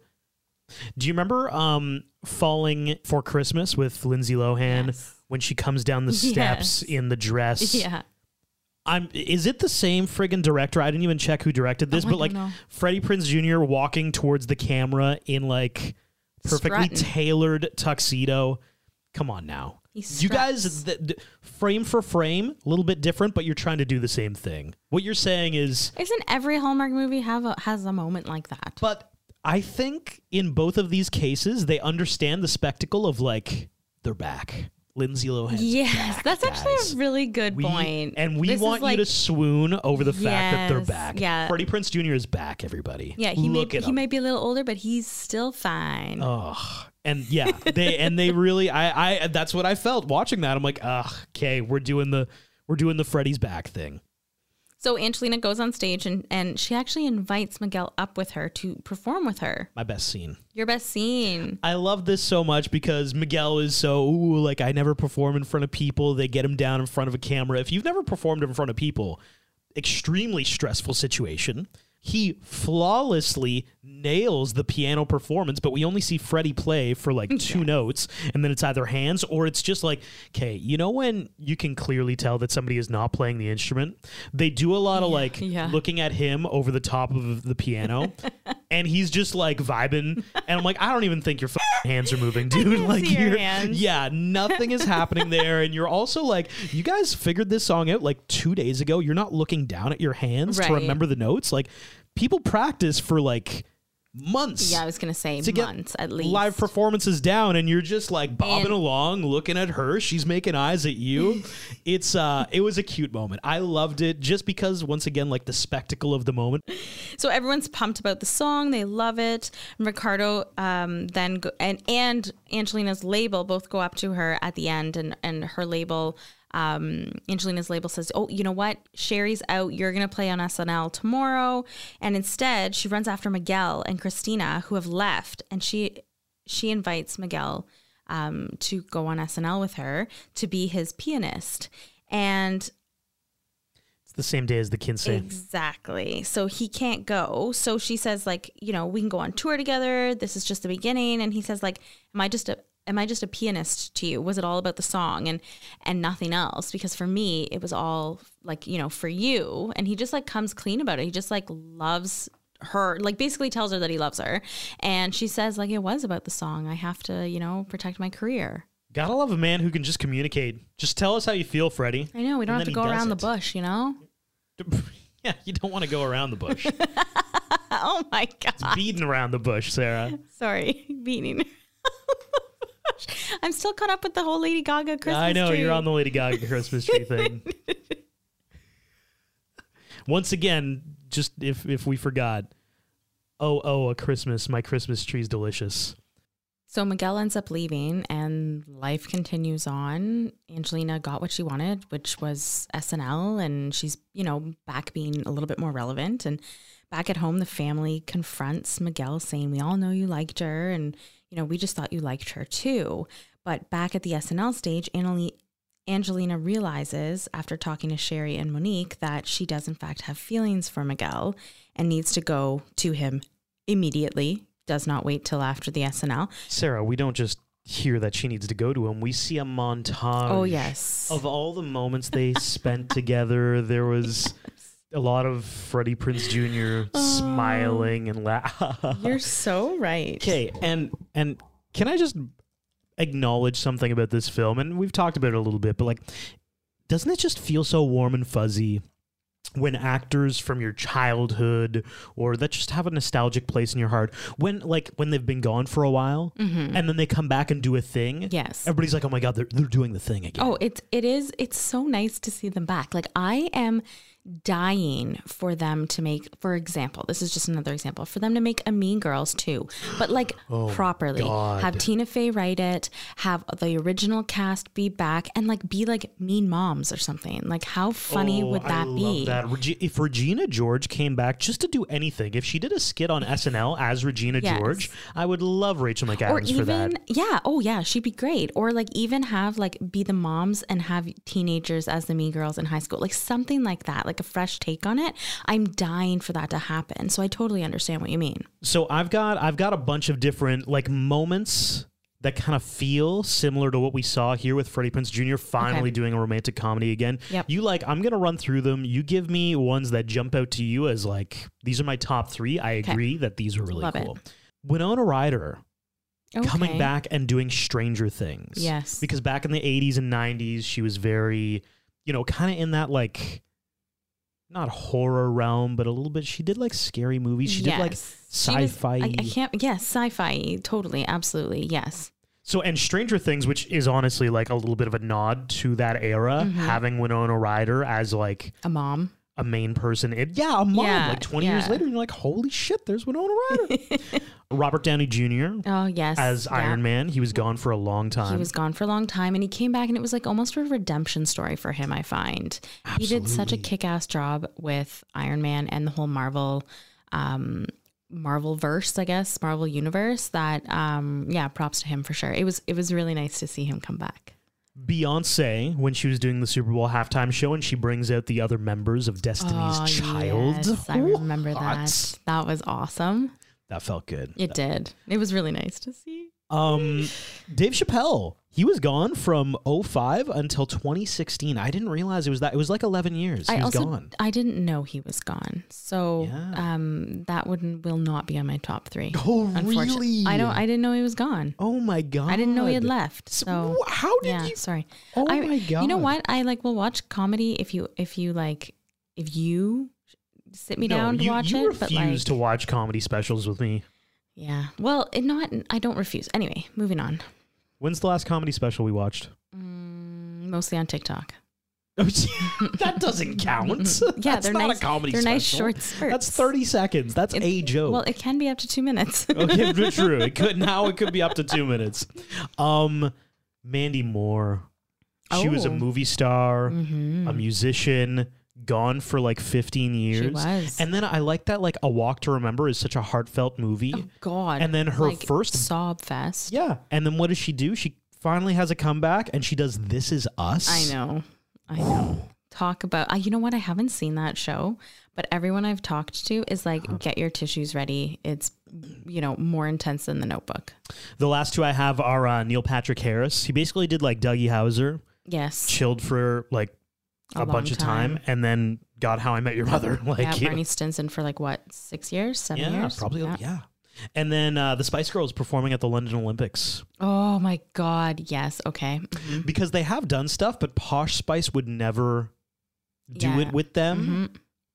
Speaker 1: Do you remember um Falling for Christmas with Lindsay Lohan? when she comes down
Speaker 2: <laughs>
Speaker 1: the steps
Speaker 2: Yes.
Speaker 1: in the dress.
Speaker 2: Yeah.
Speaker 1: I'm is it the same friggin' director? I didn't even check who directed this,
Speaker 2: Oh, I
Speaker 1: but
Speaker 2: don't
Speaker 1: like
Speaker 2: know.
Speaker 1: Freddie Prince Jr. walking towards the camera in like perfectly
Speaker 2: Strutting.
Speaker 1: tailored tuxedo. Come on now.
Speaker 2: He
Speaker 1: You
Speaker 2: struts.
Speaker 1: guys, th- th- frame for frame, a little bit different, but you're trying to do the same thing. What you're saying is,
Speaker 2: Isn't every Hallmark movie have a, has a moment like that?
Speaker 1: but I think in both of these cases, they understand the spectacle of like, they're back. Lindsay Lohan.
Speaker 2: yes, that's actually
Speaker 1: guys.
Speaker 2: a really good
Speaker 1: We-
Speaker 2: point.
Speaker 1: And we
Speaker 2: This is
Speaker 1: want
Speaker 2: like-
Speaker 1: you to swoon over the fact that they're
Speaker 2: Yes,
Speaker 1: back.
Speaker 2: yeah.
Speaker 1: Freddie Prince Jr. is back, everybody.
Speaker 2: Yeah, he
Speaker 1: Look
Speaker 2: may
Speaker 1: at
Speaker 2: he
Speaker 1: him.
Speaker 2: may be a little older, but he's still fine.
Speaker 1: and yeah, they and they really I I that's what I felt watching that. I'm like, ugh, okay, we're doing the we're doing the Freddy's back thing.
Speaker 2: So Angelina goes on stage and, and she actually invites Miguel up with her to perform with her.
Speaker 1: My best scene.
Speaker 2: Your best scene.
Speaker 1: I love this so much because Miguel is so ooh, like I never perform in front of people. They get him down in front of a camera. If you've never performed in front of people, extremely stressful situation. He flawlessly nails the piano performance, but we only see Freddie play for
Speaker 2: <laughs>
Speaker 1: like two notes, and then it's either hands or it's just like, okay, you know when you can clearly tell that somebody is not playing the instrument? They do a lot of like
Speaker 2: yeah.
Speaker 1: looking at him over the top of the
Speaker 2: <laughs>
Speaker 1: piano, and he's just like vibing, and I'm like, I don't even think your fucking hands are
Speaker 2: <laughs>
Speaker 1: moving, dude.
Speaker 2: can
Speaker 1: Like,
Speaker 2: see your
Speaker 1: you're-
Speaker 2: hands.
Speaker 1: yeah, nothing is happening there. And you're also like, you guys figured this song out like two days ago. You're not looking down at your hands to
Speaker 2: Right.
Speaker 1: remember the notes. Like, people practice for like months.
Speaker 2: Yeah, I was gonna say
Speaker 1: to get
Speaker 2: months at least.
Speaker 1: Live performances down, and you're just like bobbing
Speaker 2: And-
Speaker 1: along, looking at her. She's making eyes at
Speaker 2: <laughs>
Speaker 1: you. it's uh, it was a cute moment. I loved it just because, once again, like the spectacle of the moment.
Speaker 2: So everyone's pumped about the song; they love it. Ricardo um, then go, and and Angelina's label both go up to her at the end, and and her label, um, Angelina's label says, "Oh, you know what? Sherry's out. You're gonna play on SNL tomorrow." And instead, she runs after Miguel and Christina, who have left, and she she invites Miguel um, to go on SNL with her to be his pianist. And
Speaker 1: It's the same day as the Kinsey.
Speaker 2: Exactly. So he can't go. So she says like, you know, we can go on tour together. This is just the beginning and he says like, am I just a am I just a pianist to you? Was it all about the song and and nothing else? Because for me, it was all like, you know, for you. And he just like comes clean about it. He just like loves her like basically tells her that he loves her and she says like it was about the song i have to you know protect my career
Speaker 1: Gotta love a man who can just communicate. Just tell us how you feel, Freddie.
Speaker 2: i know we don't
Speaker 1: And
Speaker 2: have to
Speaker 1: then
Speaker 2: go
Speaker 1: he does
Speaker 2: around the
Speaker 1: it.
Speaker 2: bush you know
Speaker 1: <laughs> yeah, you don't want to go around the bush.
Speaker 2: <laughs> oh my
Speaker 1: <laughs>
Speaker 2: god
Speaker 1: Beating around the bush, Sarah.
Speaker 2: Sorry, <laughs> beating. I'm still caught up with the whole Lady Gaga Christmas.
Speaker 1: I know
Speaker 2: tree.
Speaker 1: you're on the Lady Gaga Christmas tree
Speaker 2: <laughs>
Speaker 1: thing. Once again, just if if we forgot, oh oh, a Christmas, my Christmas tree's delicious.
Speaker 2: So Miguel ends up leaving, and life continues on. Angelina got what she wanted, which was SNL, and she's you know back being a little bit more relevant. And back at home, the family confronts Miguel, saying, "We all know you liked her, and you know we just thought you liked her too." But back at the SNL stage, Annalie Angelina realizes after talking to Sherry and Monique that she does, in fact, have feelings for Miguel and needs to go to him immediately, does not wait till after the SNL.
Speaker 1: Sarah, we don't just hear that she needs to go to him. We see a montage.
Speaker 2: Oh, yes.
Speaker 1: Of all the moments they spent
Speaker 2: <laughs>
Speaker 1: together, there was a lot of Freddie Prince Jr. smiling and <laughs> laughing.
Speaker 2: Oh. You're so right.
Speaker 1: Okay, and and can I just acknowledge something about this film? And we've talked about it a little bit, but like, doesn't it just feel so warm and fuzzy when actors from your childhood or that just have a nostalgic place in your heart when like when they've been gone for a while and then they come back and do a thing?
Speaker 2: Mm-hmm. Yes.
Speaker 1: everybody's like, oh my god, they're they're doing the thing again.
Speaker 2: Oh, it's it is it's so nice to see them back. Like I am dying for them to make for example, this is just another example, for them to make a Mean Girls too.
Speaker 1: <gasps>
Speaker 2: But like
Speaker 1: Oh,
Speaker 2: properly. Have Tina Fey write it, have the original cast be back and like be like mean moms or something. Like how funny would that
Speaker 1: Oh, I
Speaker 2: be?
Speaker 1: Love that. Regi- if Regina George came back just to do anything, if she did a skit on SNL as Regina
Speaker 2: Yes.
Speaker 1: George, I would love Rachel McAdams
Speaker 2: or even
Speaker 1: for that.
Speaker 2: yeah oh yeah she'd be great or like even have like be the moms and have teenagers as the mean girls in high school like something like that like a fresh take on it i'm dying for that to happen so i totally understand what you mean
Speaker 1: So I've got I've got a bunch of different like moments that kind of feel similar to what we saw here with Freddie Prince Jr. finally
Speaker 2: Okay.
Speaker 1: doing a romantic comedy again.
Speaker 2: Yep.
Speaker 1: You like, I'm going to run through them. You give me ones that jump out to you as like, these are my top three. I agree that these were really
Speaker 2: Love it.
Speaker 1: cool. Winona Ryder coming
Speaker 2: Okay.
Speaker 1: back and doing Stranger Things.
Speaker 2: Yes.
Speaker 1: Because back in the 80s and 90s, she was very, you know, kind of in that like, not horror realm, but a little bit. She did like scary movies. She did like
Speaker 2: Yes. She was-
Speaker 1: sci-fi.
Speaker 2: I, I can't. Yes, sci-fi. Totally, absolutely. Yes.
Speaker 1: So, and Stranger Things, which is honestly like a little bit of a nod to that era,
Speaker 2: Mm-hmm.
Speaker 1: having Winona Ryder as like
Speaker 2: A mom.
Speaker 1: a main person. It, yeah, a mom.
Speaker 2: Yeah,
Speaker 1: like 20 years
Speaker 2: yeah.
Speaker 1: later, you're like, holy shit, there's Winona Ryder.
Speaker 2: <laughs>
Speaker 1: Robert Downey Jr.
Speaker 2: Oh yes.
Speaker 1: as
Speaker 2: yeah.
Speaker 1: Iron Man. He was gone for a long time.
Speaker 2: He was gone for a long time and he came back and it was like almost a redemption story for him, I find. He did such a kick ass job with Iron Man and the whole Marvel um Marvel verse, I guess, Marvel universe that um yeah, props to him for sure. It was it was really nice to see him come back.
Speaker 1: Beyonce, when she was doing the Super Bowl halftime show, and she brings out the other members of Destiny's
Speaker 2: Oh,
Speaker 1: Child.
Speaker 2: yes, I remember
Speaker 1: What?
Speaker 2: that. That was awesome.
Speaker 1: That felt good.
Speaker 2: It did. It was really nice to see.
Speaker 1: Um, Dave Chappelle, he was gone from 05 until 2016. I didn't realize it was that. It was like 11 years. He
Speaker 2: I
Speaker 1: was
Speaker 2: also
Speaker 1: gone.
Speaker 2: I didn't know he was gone, so
Speaker 1: Yeah.
Speaker 2: um, that would will not be on my top three.
Speaker 1: Oh,
Speaker 2: unfortunate-
Speaker 1: really?
Speaker 2: I don't. I didn't know he was gone.
Speaker 1: Oh my god!
Speaker 2: I didn't know he had left.
Speaker 1: S-
Speaker 2: So
Speaker 1: wh- how did
Speaker 2: yeah,
Speaker 1: you-
Speaker 2: Sorry.
Speaker 1: Oh
Speaker 2: I,
Speaker 1: my
Speaker 2: You know
Speaker 1: God.
Speaker 2: what? I like will watch comedy if you if you like if you sit me
Speaker 1: No,
Speaker 2: down to
Speaker 1: you,
Speaker 2: watch
Speaker 1: you refuse
Speaker 2: it. but like,
Speaker 1: to watch comedy specials with me.
Speaker 2: yeah. Well, it not. I don't refuse. Anyway, moving on.
Speaker 1: When's the last comedy special we watched?
Speaker 2: Mm, Mostly on TikTok.
Speaker 1: <laughs> Oh, that doesn't count.
Speaker 2: Yeah,
Speaker 1: That's
Speaker 2: they're
Speaker 1: not
Speaker 2: nice-
Speaker 1: a comedy
Speaker 2: they're
Speaker 1: special.
Speaker 2: nice short spurts.
Speaker 1: That's 30 seconds. That's
Speaker 2: It's-
Speaker 1: a joke. Oh
Speaker 2: Well, it can be up to two minutes.
Speaker 1: <laughs>
Speaker 2: <laughs>
Speaker 1: okay, but true. It could now it could be up to two minutes. Um, Mandy Moore. She was a
Speaker 2: Oh. Mm-hmm.
Speaker 1: movie star, a musician, gone for like 15 years.
Speaker 2: was.
Speaker 1: And then I like that like A Walk to Remember is such a heartfelt movie.
Speaker 2: Oh, God.
Speaker 1: And then her
Speaker 2: Like,
Speaker 1: first-
Speaker 2: sob fest.
Speaker 1: Yeah. And then what does she do? She finally has a comeback and she does This Is Us.
Speaker 2: I know. I know. Talk about, uh, you know what? I haven't seen that show, but everyone I've talked to is like,
Speaker 1: Uh-huh.
Speaker 2: get your tissues ready. It's, you know, more intense than the notebook.
Speaker 1: The last two I have are uh, Neil Patrick Harris. He basically did like Dougie Hauser,
Speaker 2: Yes.
Speaker 1: chilled for like a,
Speaker 2: A
Speaker 1: bunch
Speaker 2: long
Speaker 1: of time,
Speaker 2: time.
Speaker 1: and then got How I Met Your Mother. <laughs> Like
Speaker 2: yeah,
Speaker 1: you-
Speaker 2: Barney Stinson for like what, six years, seven
Speaker 1: Yeah,
Speaker 2: years?
Speaker 1: probably. Yeah. And then uh, the Spice Girls performing at the London Olympics
Speaker 2: Oh my God. Yes. Okay. Mhm.
Speaker 1: because they have done stuff, but Posh Spice would never do
Speaker 2: Yeah. Mm-hmm.
Speaker 1: it with them.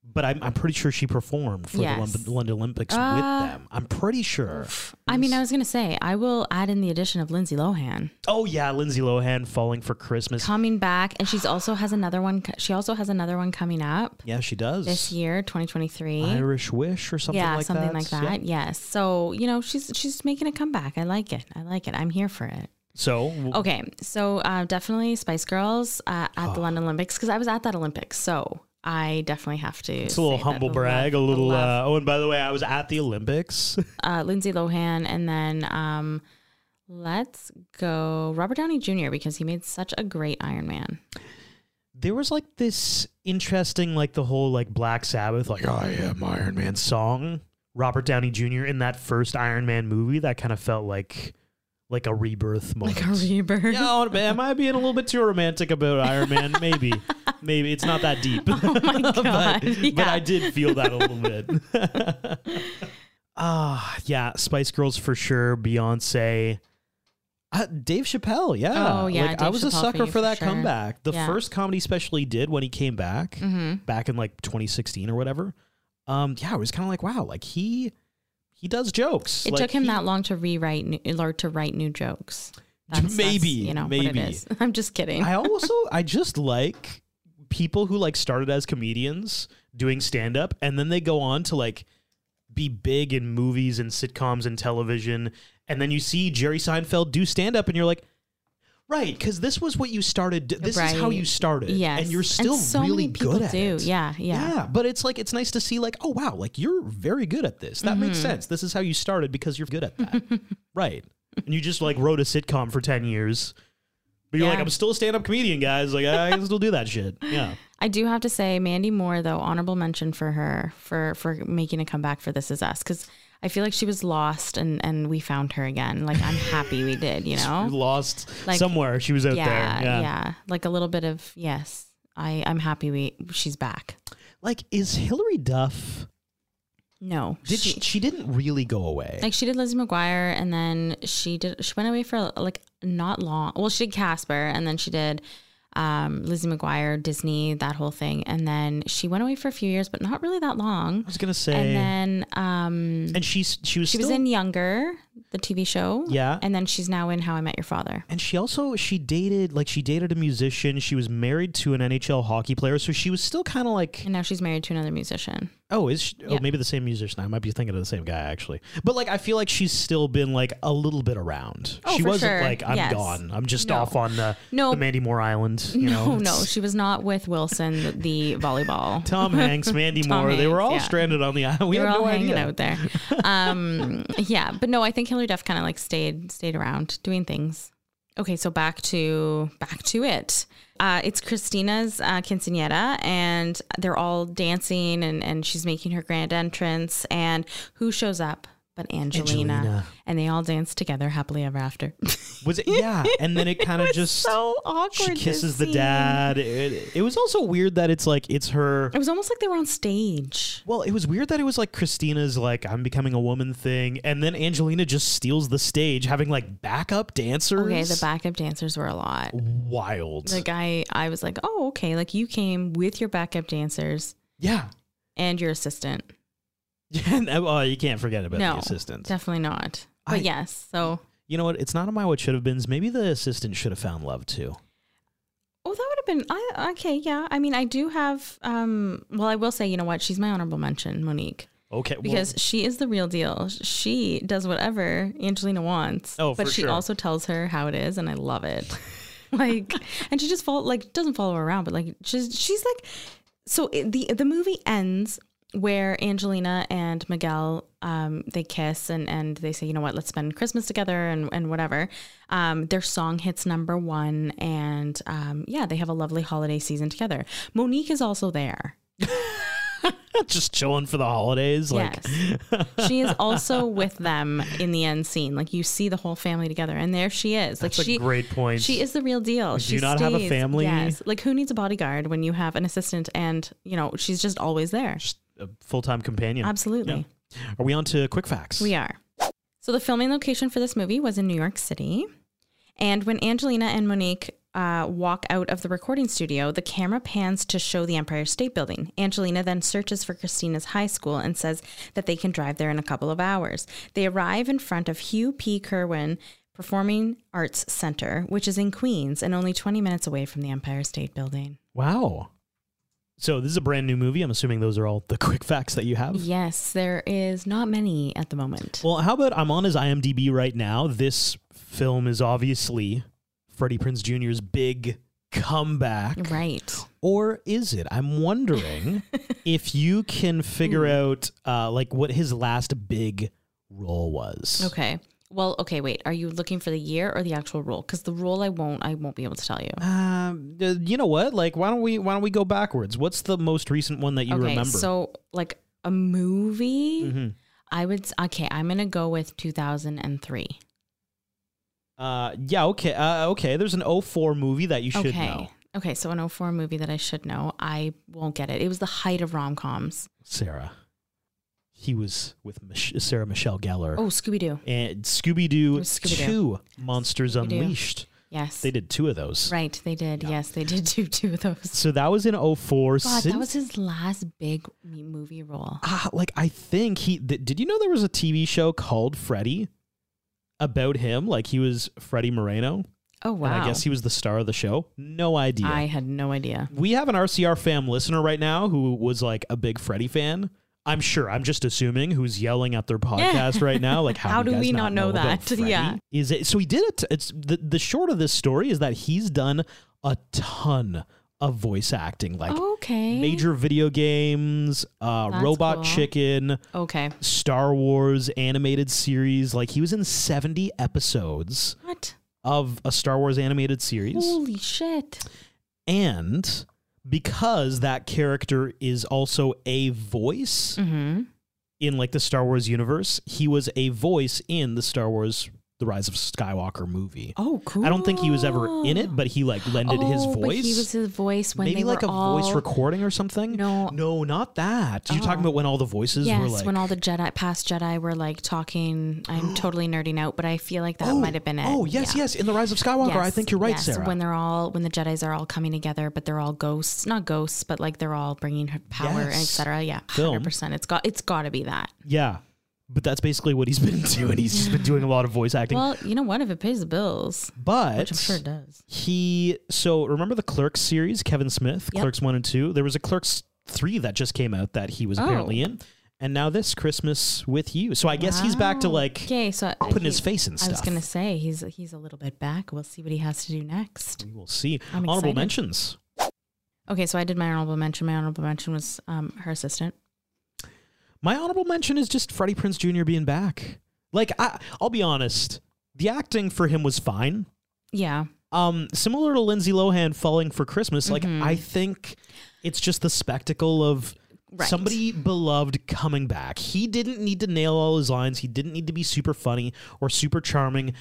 Speaker 1: But I'm, I'm pretty sure she performed for
Speaker 2: Yes.
Speaker 1: the London, London Olympics with
Speaker 2: Uh,
Speaker 1: them. I'm pretty sure.
Speaker 2: I mean, I was going to say, I will add in the addition of Lindsay Lohan
Speaker 1: Oh yeah, Lindsay Lohan falling for Christmas.
Speaker 2: coming back. And she's also has another one. co- She also has another one coming up
Speaker 1: yeah, she does.
Speaker 2: this year, 2023.
Speaker 1: Irish Wish or something
Speaker 2: yeah,
Speaker 1: like
Speaker 2: something
Speaker 1: that.
Speaker 2: like
Speaker 1: Yeah.
Speaker 2: that. Yes. So you know, she's she's making a comeback. I like it. I like it. I'm here for it.
Speaker 1: So w-
Speaker 2: Okay, so uh, definitely Spice Girls uh, at
Speaker 1: Ah.
Speaker 2: the London Olympics because I was at that Olympics, so I definitely have to.
Speaker 1: it's a little
Speaker 2: say that
Speaker 1: humble
Speaker 2: the
Speaker 1: brag,
Speaker 2: love-
Speaker 1: a
Speaker 2: the
Speaker 1: little.
Speaker 2: love-
Speaker 1: Uh, oh, and by the way, I was at the Olympics. <laughs>
Speaker 2: uh, Lindsay Lohan, and then um, let's go Robert Downey Jr. because he made such a great Iron Man. <laughs>
Speaker 1: there was like this interesting, like the whole like Black Sabbath, like I am Iron Man song. Robert Downey Jr. in that first Iron Man movie, that kind of felt like like a rebirth moment.
Speaker 2: Like a rebirth.
Speaker 1: Yeah, I wanna be- am I being a little bit too romantic about Iron Man?
Speaker 2: <laughs>
Speaker 1: Maybe, maybe it's not that deep. Oh
Speaker 2: my God,
Speaker 1: <laughs> but, but
Speaker 2: yeah.
Speaker 1: I did feel that a little bit.
Speaker 2: <laughs>
Speaker 1: Ah, yeah, Spice Girls for sure. Beyonce. Uh, Dave Chappelle, yeah.
Speaker 2: Oh, yeah,
Speaker 1: Like, I
Speaker 2: Dave
Speaker 1: was a
Speaker 2: Chappelle for
Speaker 1: sucker
Speaker 2: you
Speaker 1: for,
Speaker 2: for
Speaker 1: that
Speaker 2: sure.
Speaker 1: comeback. The
Speaker 2: Yeah. Mm.
Speaker 1: first comedy special he did when he came back,
Speaker 2: Mm-hmm.
Speaker 1: back in like 2016 or whatever. Um, yeah, I was kind of like, wow, like he he does jokes.
Speaker 2: It
Speaker 1: Like,
Speaker 2: took him
Speaker 1: he-
Speaker 2: that long to rewrite new, or to write new jokes.
Speaker 1: Maybe,
Speaker 2: you know what
Speaker 1: maybe.
Speaker 2: it is. <laughs> I'm just kidding.
Speaker 1: I also I just like people who like started as comedians doing stand up and then they go on to like be big in movies and sitcoms and television and then you see Jerry Seinfeld do stand up and you're like right cuz this was what you started this is how
Speaker 2: Right.
Speaker 1: you started
Speaker 2: Yes.
Speaker 1: and you're still
Speaker 2: so
Speaker 1: really
Speaker 2: many people
Speaker 1: good at
Speaker 2: do.
Speaker 1: it.
Speaker 2: Yeah, yeah.
Speaker 1: but it's like it's nice to see like oh wow like you're very good at this. That makes
Speaker 2: Mm-hmm.
Speaker 1: sense. This is how you started because you're good at that. right. And you just like wrote a sitcom for 10 years. But you're like
Speaker 2: Yeah.
Speaker 1: I'm still a stand-up comedian guys. Like I can still do that
Speaker 2: <laughs>
Speaker 1: shit. Yeah.
Speaker 2: I do have to say Mandy Moore though honorable mention for her for for making a comeback for This Is Us cuz I I feel like she was lost and and we found her again. Like I'm happy we did,
Speaker 1: <laughs>
Speaker 2: you know.
Speaker 1: Lost
Speaker 2: Like-
Speaker 1: somewhere. She was out
Speaker 2: yeah,
Speaker 1: there.
Speaker 2: yeah, Like a little bit of yes. I I'm happy we she's back.
Speaker 1: Like, is Hillary Duff?
Speaker 2: No,
Speaker 1: Did she, she didn't really go away.
Speaker 2: like she did Lizzie McGuire, and then she did she went away for like not long. Well, she did Casper, and then she did um, Lizzie McGuire, Disney, that whole thing, and then she went away for a few years, but not really that long.
Speaker 1: I was gonna say, and,
Speaker 2: And then um,
Speaker 1: she she was
Speaker 2: she
Speaker 1: still,
Speaker 2: was in Younger, the TV show.
Speaker 1: Yeah.
Speaker 2: and then she's now in How I Met Your Father.
Speaker 1: and she also she dated like she dated a musician. She was married to an NHL hockey player, so she was still kind of like,
Speaker 2: And now she's married to another musician.
Speaker 1: oh, is she, oh
Speaker 2: Yeah.
Speaker 1: maybe the same musician? I might be thinking of the same guy actually, but like I feel like she's still been like a little bit around.
Speaker 2: Oh,
Speaker 1: she
Speaker 2: for
Speaker 1: wasn't
Speaker 2: sure.
Speaker 1: like I'm
Speaker 2: Yes.
Speaker 1: gone. I'm just
Speaker 2: No.
Speaker 1: off on the,
Speaker 2: No.
Speaker 1: the Mandy Moore Island. You
Speaker 2: No,
Speaker 1: know?
Speaker 2: Oh, no, she was not with Wilson, the
Speaker 1: <laughs>
Speaker 2: volleyball.
Speaker 1: Tom
Speaker 2: <laughs>
Speaker 1: Hanks, Mandy
Speaker 2: Tom
Speaker 1: Moore, they were
Speaker 2: Hanks,
Speaker 1: all
Speaker 2: yeah.
Speaker 1: stranded on the island. We
Speaker 2: they were
Speaker 1: had
Speaker 2: all
Speaker 1: no
Speaker 2: hanging
Speaker 1: idea. <laughs>
Speaker 2: out there. Um, yeah, but no, I think Hillary Duff kind of like stayed stayed around doing things. Okay, so back to back to it. Uh, it's Christina's uh, quinceanera, and they're all dancing, and and she's making her grand entrance. And who shows up but Angelina?
Speaker 1: Angelina.
Speaker 2: And they all dance together happily ever after. <laughs>
Speaker 1: Was it? Yeah, and then it kind of just
Speaker 2: so awkward.
Speaker 1: she
Speaker 2: this
Speaker 1: kisses the
Speaker 2: scene.
Speaker 1: dad. It, it was also weird that it's like it's her.
Speaker 2: It was almost like they were on stage.
Speaker 1: Well, it was weird that it was like Christina's like I'm becoming a woman thing, and then Angelina just steals the stage, having like backup dancers.
Speaker 2: Okay, the backup dancers were a lot.
Speaker 1: wild.
Speaker 2: Like I, I was like, oh, okay. Like you came with your backup dancers
Speaker 1: yeah,
Speaker 2: and your assistant.
Speaker 1: <laughs> yeah. and, Oh, you can't forget about
Speaker 2: no,
Speaker 1: the assistant.
Speaker 2: definitely not. But
Speaker 1: I-
Speaker 2: yes, so
Speaker 1: you know what? It's not about what should have been. Maybe the assistant should have found love too.
Speaker 2: oh, that would have been I, okay. Yeah, I mean, I do have. Um, well, I will say, you know what? She's my honorable mention, Monique,
Speaker 1: Okay, well,
Speaker 2: because she is the real deal. She does whatever Angelina wants.
Speaker 1: Oh,
Speaker 2: but
Speaker 1: for
Speaker 2: she
Speaker 1: sure.
Speaker 2: also tells her how it is, and I love it. <laughs> like, and she just follow like doesn't follow her around, but like she's she's like. So it, the the movie ends where Angelina and Miguel um, they kiss and, and they say, you know what, let's spend Christmas together and, and whatever. Um, their song hits number one and um, yeah, they have a lovely holiday season together. Monique is also there.
Speaker 1: <laughs> just chilling for the holidays. Like,
Speaker 2: yes. she is also with them in the end scene. Like you see the whole family together and there she is. Like
Speaker 1: That's a
Speaker 2: she
Speaker 1: great point.
Speaker 2: She is the real deal.
Speaker 1: Do
Speaker 2: She
Speaker 1: you not have a
Speaker 2: stays.
Speaker 1: family?
Speaker 2: Yes. Like who needs a bodyguard when you have an assistant and you know, she's just always there.
Speaker 1: just a full time companion.
Speaker 2: Absolutely.
Speaker 1: Yeah. Are we on to quick facts?
Speaker 2: We are. So the filming location for this movie was in New York City. And when Angelina and Monique uh, walk out of the recording studio, the camera pans to show the Empire State Building. Angelina then searches for Christina's high school and says that they can drive there in a couple of hours. They arrive in front of Hugh P. Kerwin Performing Arts Center, which is in Queens and only 20 minutes away from the Empire State Building.
Speaker 1: Wow. So this is a brand new movie. I'm assuming those are all the <laughs> quick facts that you have.
Speaker 2: Yes, there is not many at the moment.
Speaker 1: Um, Well, how about I'm on his IMDb right now. This film is obviously Freddie Prince Jr.'s big comeback.
Speaker 2: right.
Speaker 1: Or is it? I'm
Speaker 2: <laughs>
Speaker 1: wondering if you can
Speaker 2: Hmm.
Speaker 1: figure out uh, like what his last big role was.
Speaker 2: Okay. Well, okay, wait. Are you looking for the year or the actual role? Because the role I won't, I won't be able to tell you.
Speaker 1: Um, uh, you know what? Like, why don't we why don't we go backwards? What's the most recent one that you
Speaker 2: okay,
Speaker 1: remember? Mm-hmm.
Speaker 2: so like a movie, I would. s- Okay, I'm gonna go with 2003.
Speaker 1: uh, yeah. Okay. Uh, okay. There's an 04 movie that you should
Speaker 2: okay.
Speaker 1: know,
Speaker 2: Okay, so an 04 movie that I should know. I won't get it. It was the height of rom coms.
Speaker 1: Sarah. He was with Mich- Sarah Michelle Gellar.
Speaker 2: Oh, Scooby Doo.
Speaker 1: and Scooby Doo
Speaker 2: Scooby-Doo.
Speaker 1: Two Monsters
Speaker 2: Scooby-Doo.
Speaker 1: Unleashed.
Speaker 2: Yes.
Speaker 1: They did two of those.
Speaker 2: Right, they did. Yes, they did do <laughs> two of those.
Speaker 1: So that was in 04.
Speaker 2: God,
Speaker 1: Since-
Speaker 2: that was his last big m- movie role.
Speaker 1: ah, like I think he th- did. You know there was a TV show called Freddy about him. Like he was Freddie Moreno,
Speaker 2: Oh wow.
Speaker 1: and I guess he was the star of the show. No idea.
Speaker 2: I had no idea.
Speaker 1: we have an RCR fam listener right now who was like a big Freddy fan. I'm sure. I'm just assuming who's yelling at their podcast right now.
Speaker 2: <laughs>
Speaker 1: Like, how,
Speaker 2: How
Speaker 1: do,
Speaker 2: do
Speaker 1: you guys
Speaker 2: we not know
Speaker 1: about
Speaker 2: that? <laughs> Yeah.
Speaker 1: Freddy? Is it so? He did it. It's the the short of this story is that he's done a ton of voice acting, like
Speaker 2: Okay.
Speaker 1: major video games, uh,
Speaker 2: Oh, That's
Speaker 1: Robot
Speaker 2: cool.
Speaker 1: Chicken,
Speaker 2: Okay.
Speaker 1: Star Wars animated series. Like, he was in 70 episodes
Speaker 2: What?
Speaker 1: of a Star Wars animated series.
Speaker 2: Holy shit. Mm.
Speaker 1: Mm-hmm. and because that character is also a voice in like the Star Wars universe. He was a voice in the Star Wars The Rise of Skywalker movie.
Speaker 2: Oh, cool.
Speaker 1: I don't think he was ever in it, but he like lended his
Speaker 2: Oh,
Speaker 1: voice.
Speaker 2: But he was his voice when
Speaker 1: Maybe
Speaker 2: they
Speaker 1: like
Speaker 2: were
Speaker 1: a
Speaker 2: all,
Speaker 1: voice recording or something.
Speaker 2: No.
Speaker 1: no, not that. You're talking about when all the voices
Speaker 2: Yes,
Speaker 1: were like
Speaker 2: when all the Jedi, past Jedi, were like talking.
Speaker 1: <gasps>
Speaker 2: I'm totally nerding out, but I feel like that
Speaker 1: Oh,
Speaker 2: might have been it.
Speaker 1: Oh yes,
Speaker 2: Yeah.
Speaker 1: yes. In the Rise of Skywalker, I
Speaker 2: Yes,
Speaker 1: think you're right,
Speaker 2: yes,
Speaker 1: Sarah.
Speaker 2: When they're all, when the Jedi's are all coming together, but they're all ghosts, not ghosts, but like they're all bringing her power, and et
Speaker 1: Yes.
Speaker 2: cetera. Yeah,
Speaker 1: Film.
Speaker 2: hundred percent. It's got, it's got to be that.
Speaker 1: yeah, but that's basically what he's <laughs> been doing. He's just been doing a lot of voice acting.
Speaker 2: Well, you know what? If it pays the bills,
Speaker 1: but
Speaker 2: which I'm sure it does.
Speaker 1: he so remember the Clerks series, Kevin Smith,
Speaker 2: Yep.
Speaker 1: Clerks one and two. There was a Clerks three that just came out that he was apparently
Speaker 2: Oh.
Speaker 1: in, and now this Christmas with you. So I guess he's back to
Speaker 2: Wow.
Speaker 1: like
Speaker 2: okay, so
Speaker 1: putting
Speaker 2: he-
Speaker 1: his face in
Speaker 2: I was
Speaker 1: stuff.
Speaker 2: gonna say he's he's a little bit back. We'll see what he has to do next.
Speaker 1: we will see.
Speaker 2: I'm
Speaker 1: Honorable
Speaker 2: excited.
Speaker 1: mentions.
Speaker 2: Okay, so I did my honorable mention. My honorable mention was um, her assistant.
Speaker 1: My honorable mention is just Freddie Prince Jr. being back. Like I, I'll be honest, the acting for him was fine.
Speaker 2: Yeah,
Speaker 1: um similar to Lindsay Lohan falling for Christmas like
Speaker 2: Mm-hmm.
Speaker 1: I think it's just the spectacle of
Speaker 2: Right.
Speaker 1: somebody beloved coming back he didn't need to nail all his lines he didn't need to be super funny or super charming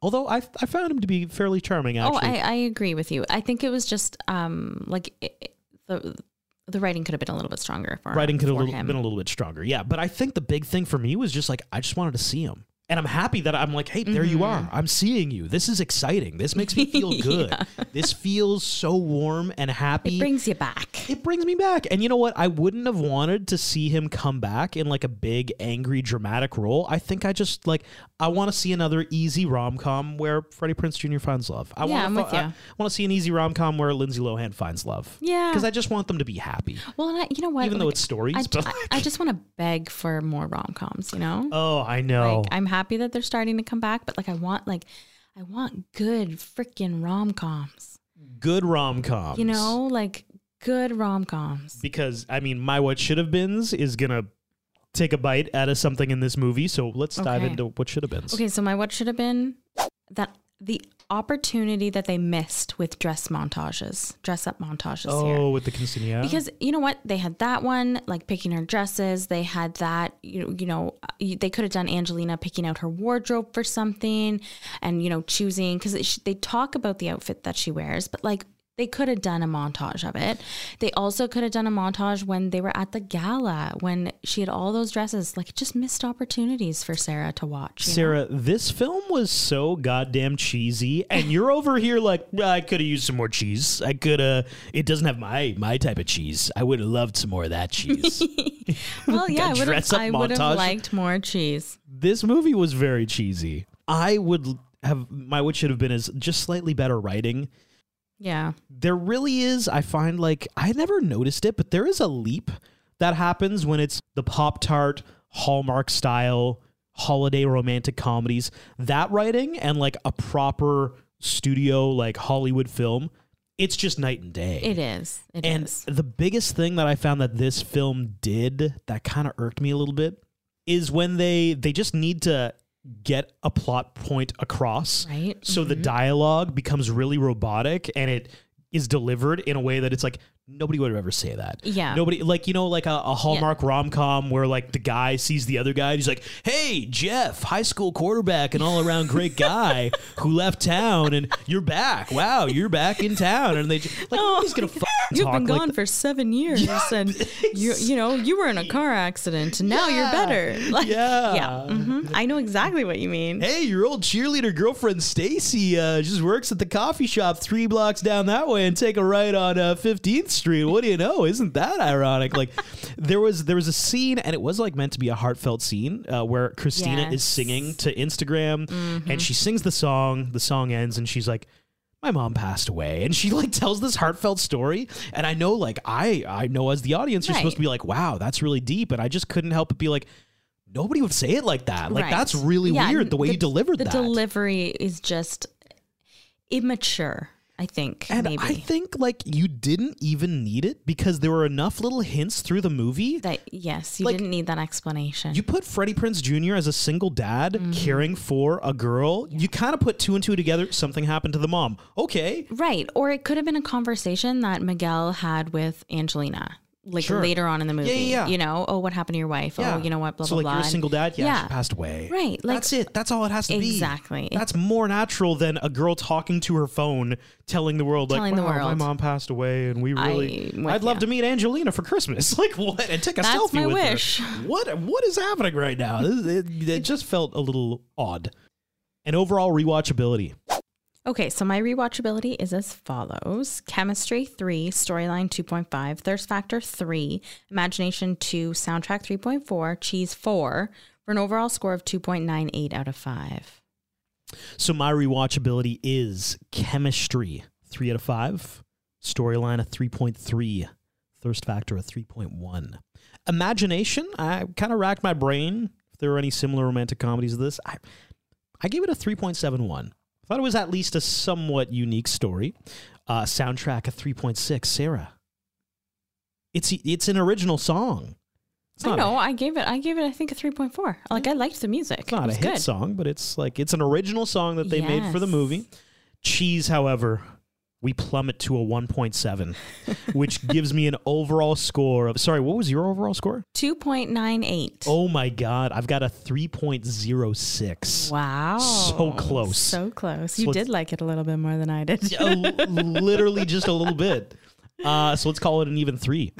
Speaker 1: although I, I found him to be fairly charming actually
Speaker 2: Oh, I, I agree with you. I think it was just um like i i- the the writing could have been a little bit stronger for
Speaker 1: writing could have
Speaker 2: for
Speaker 1: little-
Speaker 2: him.
Speaker 1: been a little bit stronger yeah but I think the big thing for me was just like I just wanted to see him and I'm happy that I'm like, hey, there you
Speaker 2: Mm-hmm.
Speaker 1: are. I'm seeing you. This is exciting. This makes me
Speaker 2: <laughs>
Speaker 1: feel good. This feels so warm and happy.
Speaker 2: it brings you back.
Speaker 1: it brings me back. And you know what? I wouldn't have wanted to see him come back in like a big, angry, dramatic role. I think I just like I want to see another easy rom com where Freddie Prince Jr. finds love. I
Speaker 2: Yeah,
Speaker 1: wanna
Speaker 2: I'm with
Speaker 1: I,
Speaker 2: you.
Speaker 1: want to see an easy rom com where Lindsay Lohan finds love.
Speaker 2: Yeah.
Speaker 1: because I just want them to be happy.
Speaker 2: Well, and I, you know what?
Speaker 1: Even though
Speaker 2: Like,
Speaker 1: it's stories,
Speaker 2: I,
Speaker 1: <laughs> but-
Speaker 2: I, I just want to beg for more rom coms. You know,
Speaker 1: Oh, I know.
Speaker 2: like I'm happy that they're starting to come back, but like I want like I want good freaking rom coms.
Speaker 1: Good rom com.
Speaker 2: You know, like good rom coms.
Speaker 1: because I mean, my what should have been's is gonna take a bite out of something in this movie. So let's dive
Speaker 2: Okay.
Speaker 1: into what should have been's.
Speaker 2: Okay, so my what should have been that the opportunity that they missed with dress montages, dress up montages.
Speaker 1: Oh,
Speaker 2: here.
Speaker 1: with the quinceanera.
Speaker 2: Because you know what, they had that one, like picking her dresses. They had that, you know, you know, uh, you- they could have done Angelina picking out her wardrobe for something, and you know, choosing because they talk about the outfit that she wears, but like they could have done a montage of it. They also could have done a montage when they were at the gala when she had all those dresses. Like just missed opportunities for Sarah to watch. you know?
Speaker 1: Sarah, this film was so goddamn cheesy, and you're over here like "Well, I could have used some more cheese. I could have. It doesn't have my my type of cheese. I would have loved some more of that cheese. <laughs>
Speaker 2: Well, yeah, I would have.
Speaker 1: dress-up
Speaker 2: I would
Speaker 1: montage.
Speaker 2: have liked more cheese.
Speaker 1: this movie was very cheesy. I would l- have my what should have been is just slightly better writing.
Speaker 2: Yeah.
Speaker 1: There really is. I find like I never noticed it, but there is a leap that happens when it's the Pop Tart Hallmark style holiday romantic comedies. That writing and like a proper studio like Hollywood film, it's just night and day.
Speaker 2: It is. It is.
Speaker 1: And the biggest thing that I found that this film did that kind of irked me a little bit is when they they just need to get a plot point across.
Speaker 2: Right. mm-hmm.
Speaker 1: So the dialogue becomes really robotic and it is delivered in a way that it's like nobody would ever say that.
Speaker 2: Yeah.
Speaker 1: Nobody like you know like a, a Hallmark rom com where like the guy sees the other guy and he's like, "Hey Jeff, high school quarterback and all around great guy who left town and you're back. Wow, you're back in town." And they just,
Speaker 2: <laughs>
Speaker 1: like
Speaker 2: Oh
Speaker 1: nobody's gonna fucking
Speaker 2: You've
Speaker 1: talk
Speaker 2: been
Speaker 1: like
Speaker 2: gone
Speaker 1: that.
Speaker 2: for
Speaker 1: <laughs>
Speaker 2: seven years, and you you know you were in a car accident, and now you're better. <laughs> Like,
Speaker 1: Yeah.
Speaker 2: mhm. I know exactly what you mean.
Speaker 1: Hey, your old cheerleader girlfriend Stacy uh, just works at the coffee shop three blocks down that way, and take a right on uh, Fifteenth Street. What do you know? Isn't that ironic?
Speaker 2: <laughs>
Speaker 1: Like, there was there was a scene, and it was like meant to be a heartfelt scene uh, where Christina is
Speaker 2: Yes. Mm-hmm.
Speaker 1: singing to Instagram, and she sings the song. The song ends, and she's like. My mom passed away, and she like tells this heartfelt story. And I know, like I, I know as the audience, you're supposed
Speaker 2: Right.
Speaker 1: to be like, "Wow, that's really deep." And I just couldn't help but be like, "Nobody would say it like that. Like
Speaker 2: Right.
Speaker 1: that's really
Speaker 2: Yeah,
Speaker 1: weird
Speaker 2: and
Speaker 1: the way you delivered
Speaker 2: the
Speaker 1: that."
Speaker 2: delivery is just immature. I think
Speaker 1: and
Speaker 2: maybe
Speaker 1: I think like you didn't even need it because there were enough little hints through the movie.
Speaker 2: that yes, you
Speaker 1: like,
Speaker 2: didn't need that explanation.
Speaker 1: you put Freddie Prince Jr. as a single dad
Speaker 2: Mm-hmm.
Speaker 1: caring for a girl. You kind of put two and two together. Something happened to the mom. Okay.
Speaker 2: Right. Or it could have been a conversation that Miguel had with Angelina. like
Speaker 1: Sure.
Speaker 2: later on in the movie.
Speaker 1: yeah, yeah.
Speaker 2: You know, oh, what happened to your wife?
Speaker 1: Yeah.
Speaker 2: Oh, you know what? Blah
Speaker 1: so
Speaker 2: blah
Speaker 1: like
Speaker 2: blah.
Speaker 1: you're a
Speaker 2: And-
Speaker 1: single dad. Yeah,
Speaker 2: yeah.
Speaker 1: she passed away.
Speaker 2: Right, like-
Speaker 1: that's it. That's all it has to be.
Speaker 2: Exactly.
Speaker 1: That's more natural than a girl talking to her phone, telling the world,
Speaker 2: Telling
Speaker 1: like,
Speaker 2: the
Speaker 1: "Wow, my
Speaker 2: world.
Speaker 1: mom passed away, and we
Speaker 2: I-
Speaker 1: really,
Speaker 2: with
Speaker 1: I'd love
Speaker 2: ya."
Speaker 1: to meet Angelina for Christmas. <laughs> Like what? And take a
Speaker 2: That's
Speaker 1: selfie
Speaker 2: my
Speaker 1: with
Speaker 2: wish. <laughs>
Speaker 1: her. What? What is happening right now? This- it, it just felt a little odd. And overall rewatchability.
Speaker 2: Okay, so my rewatchability is as follows Chemistry 3, Storyline 2.5, Thirst Factor 3, Imagination 2, Soundtrack 3.4, Cheese 4, for an overall score of 2.98 out of 5.
Speaker 1: So my rewatchability is chemistry, three out of five. Storyline a three point three. Thirst factor a three point one. Imagination, I kind of racked my brain. If there were any similar romantic comedies of this, I I gave it a three point seven one. Thought it was at least a somewhat unique story. Uh, soundtrack a three point six. Sarah, it's it's an original song. It's
Speaker 2: I
Speaker 1: not a
Speaker 2: know, I gave it, I gave it, I think, a 3.4. Like, I liked the music.
Speaker 1: it's not
Speaker 2: it
Speaker 1: a
Speaker 2: was
Speaker 1: hit
Speaker 2: good.
Speaker 1: song, but it's like it's an original song that they made for the
Speaker 2: Yes.
Speaker 1: movie. Cheese, however, we plummet to a
Speaker 2: <laughs>
Speaker 1: 1.7, which gives me an overall score of sorry, what was your overall score?
Speaker 2: 2.98.
Speaker 1: Oh my god, I've got a 3.06.
Speaker 2: wow.
Speaker 1: So close.
Speaker 2: So close.
Speaker 1: So
Speaker 2: You
Speaker 1: it's-
Speaker 2: did like it a little bit more than I did.
Speaker 1: Yeah, l- literally just a little bit. Uh, so let's call it an even three. <laughs>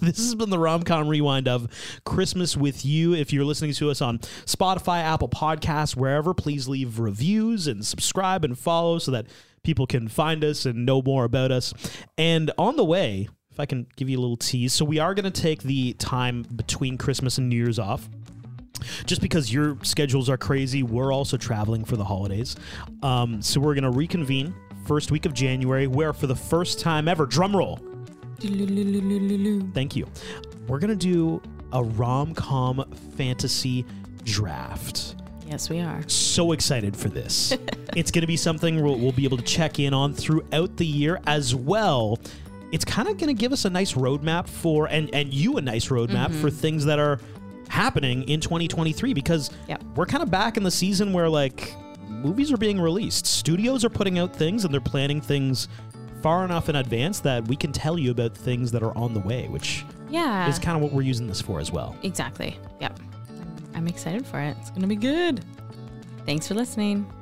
Speaker 1: this has been the rom com rewind of Christmas with You. If you're listening to us on Spotify, Apple Podcasts, wherever, please leave reviews and subscribe and follow so that people can find us and know more about us. And on the way, if I can give you a little tease, so we are going to take the time between Christmas and New Year's off just because your schedules are crazy, we're also traveling for the holidays. Um, so we're going to reconvene first week of January, where for the first time ever, drum roll. Thank you. We're going to do a rom com fantasy draft.
Speaker 2: <laughs> Yes, we are.
Speaker 1: So excited for
Speaker 2: <laughs>
Speaker 1: this. it's going to be something we'll, we'll be able to check in on throughout the year as well. It's kind of going to give us a nice roadmap for, and, and you a nice roadmap
Speaker 2: Mm-hmm.
Speaker 1: for things that are happening in 2023 because
Speaker 2: Yep.
Speaker 1: we're kind of back in the season where like movies are being released. Studios are putting out things and they're planning things far enough in advance that we can tell you about things that are on the way, which
Speaker 2: Yeah.
Speaker 1: is kind of what we're using this for as well.
Speaker 2: Exactly. Yep. I'm excited for it. It's going to be good. Thanks for listening.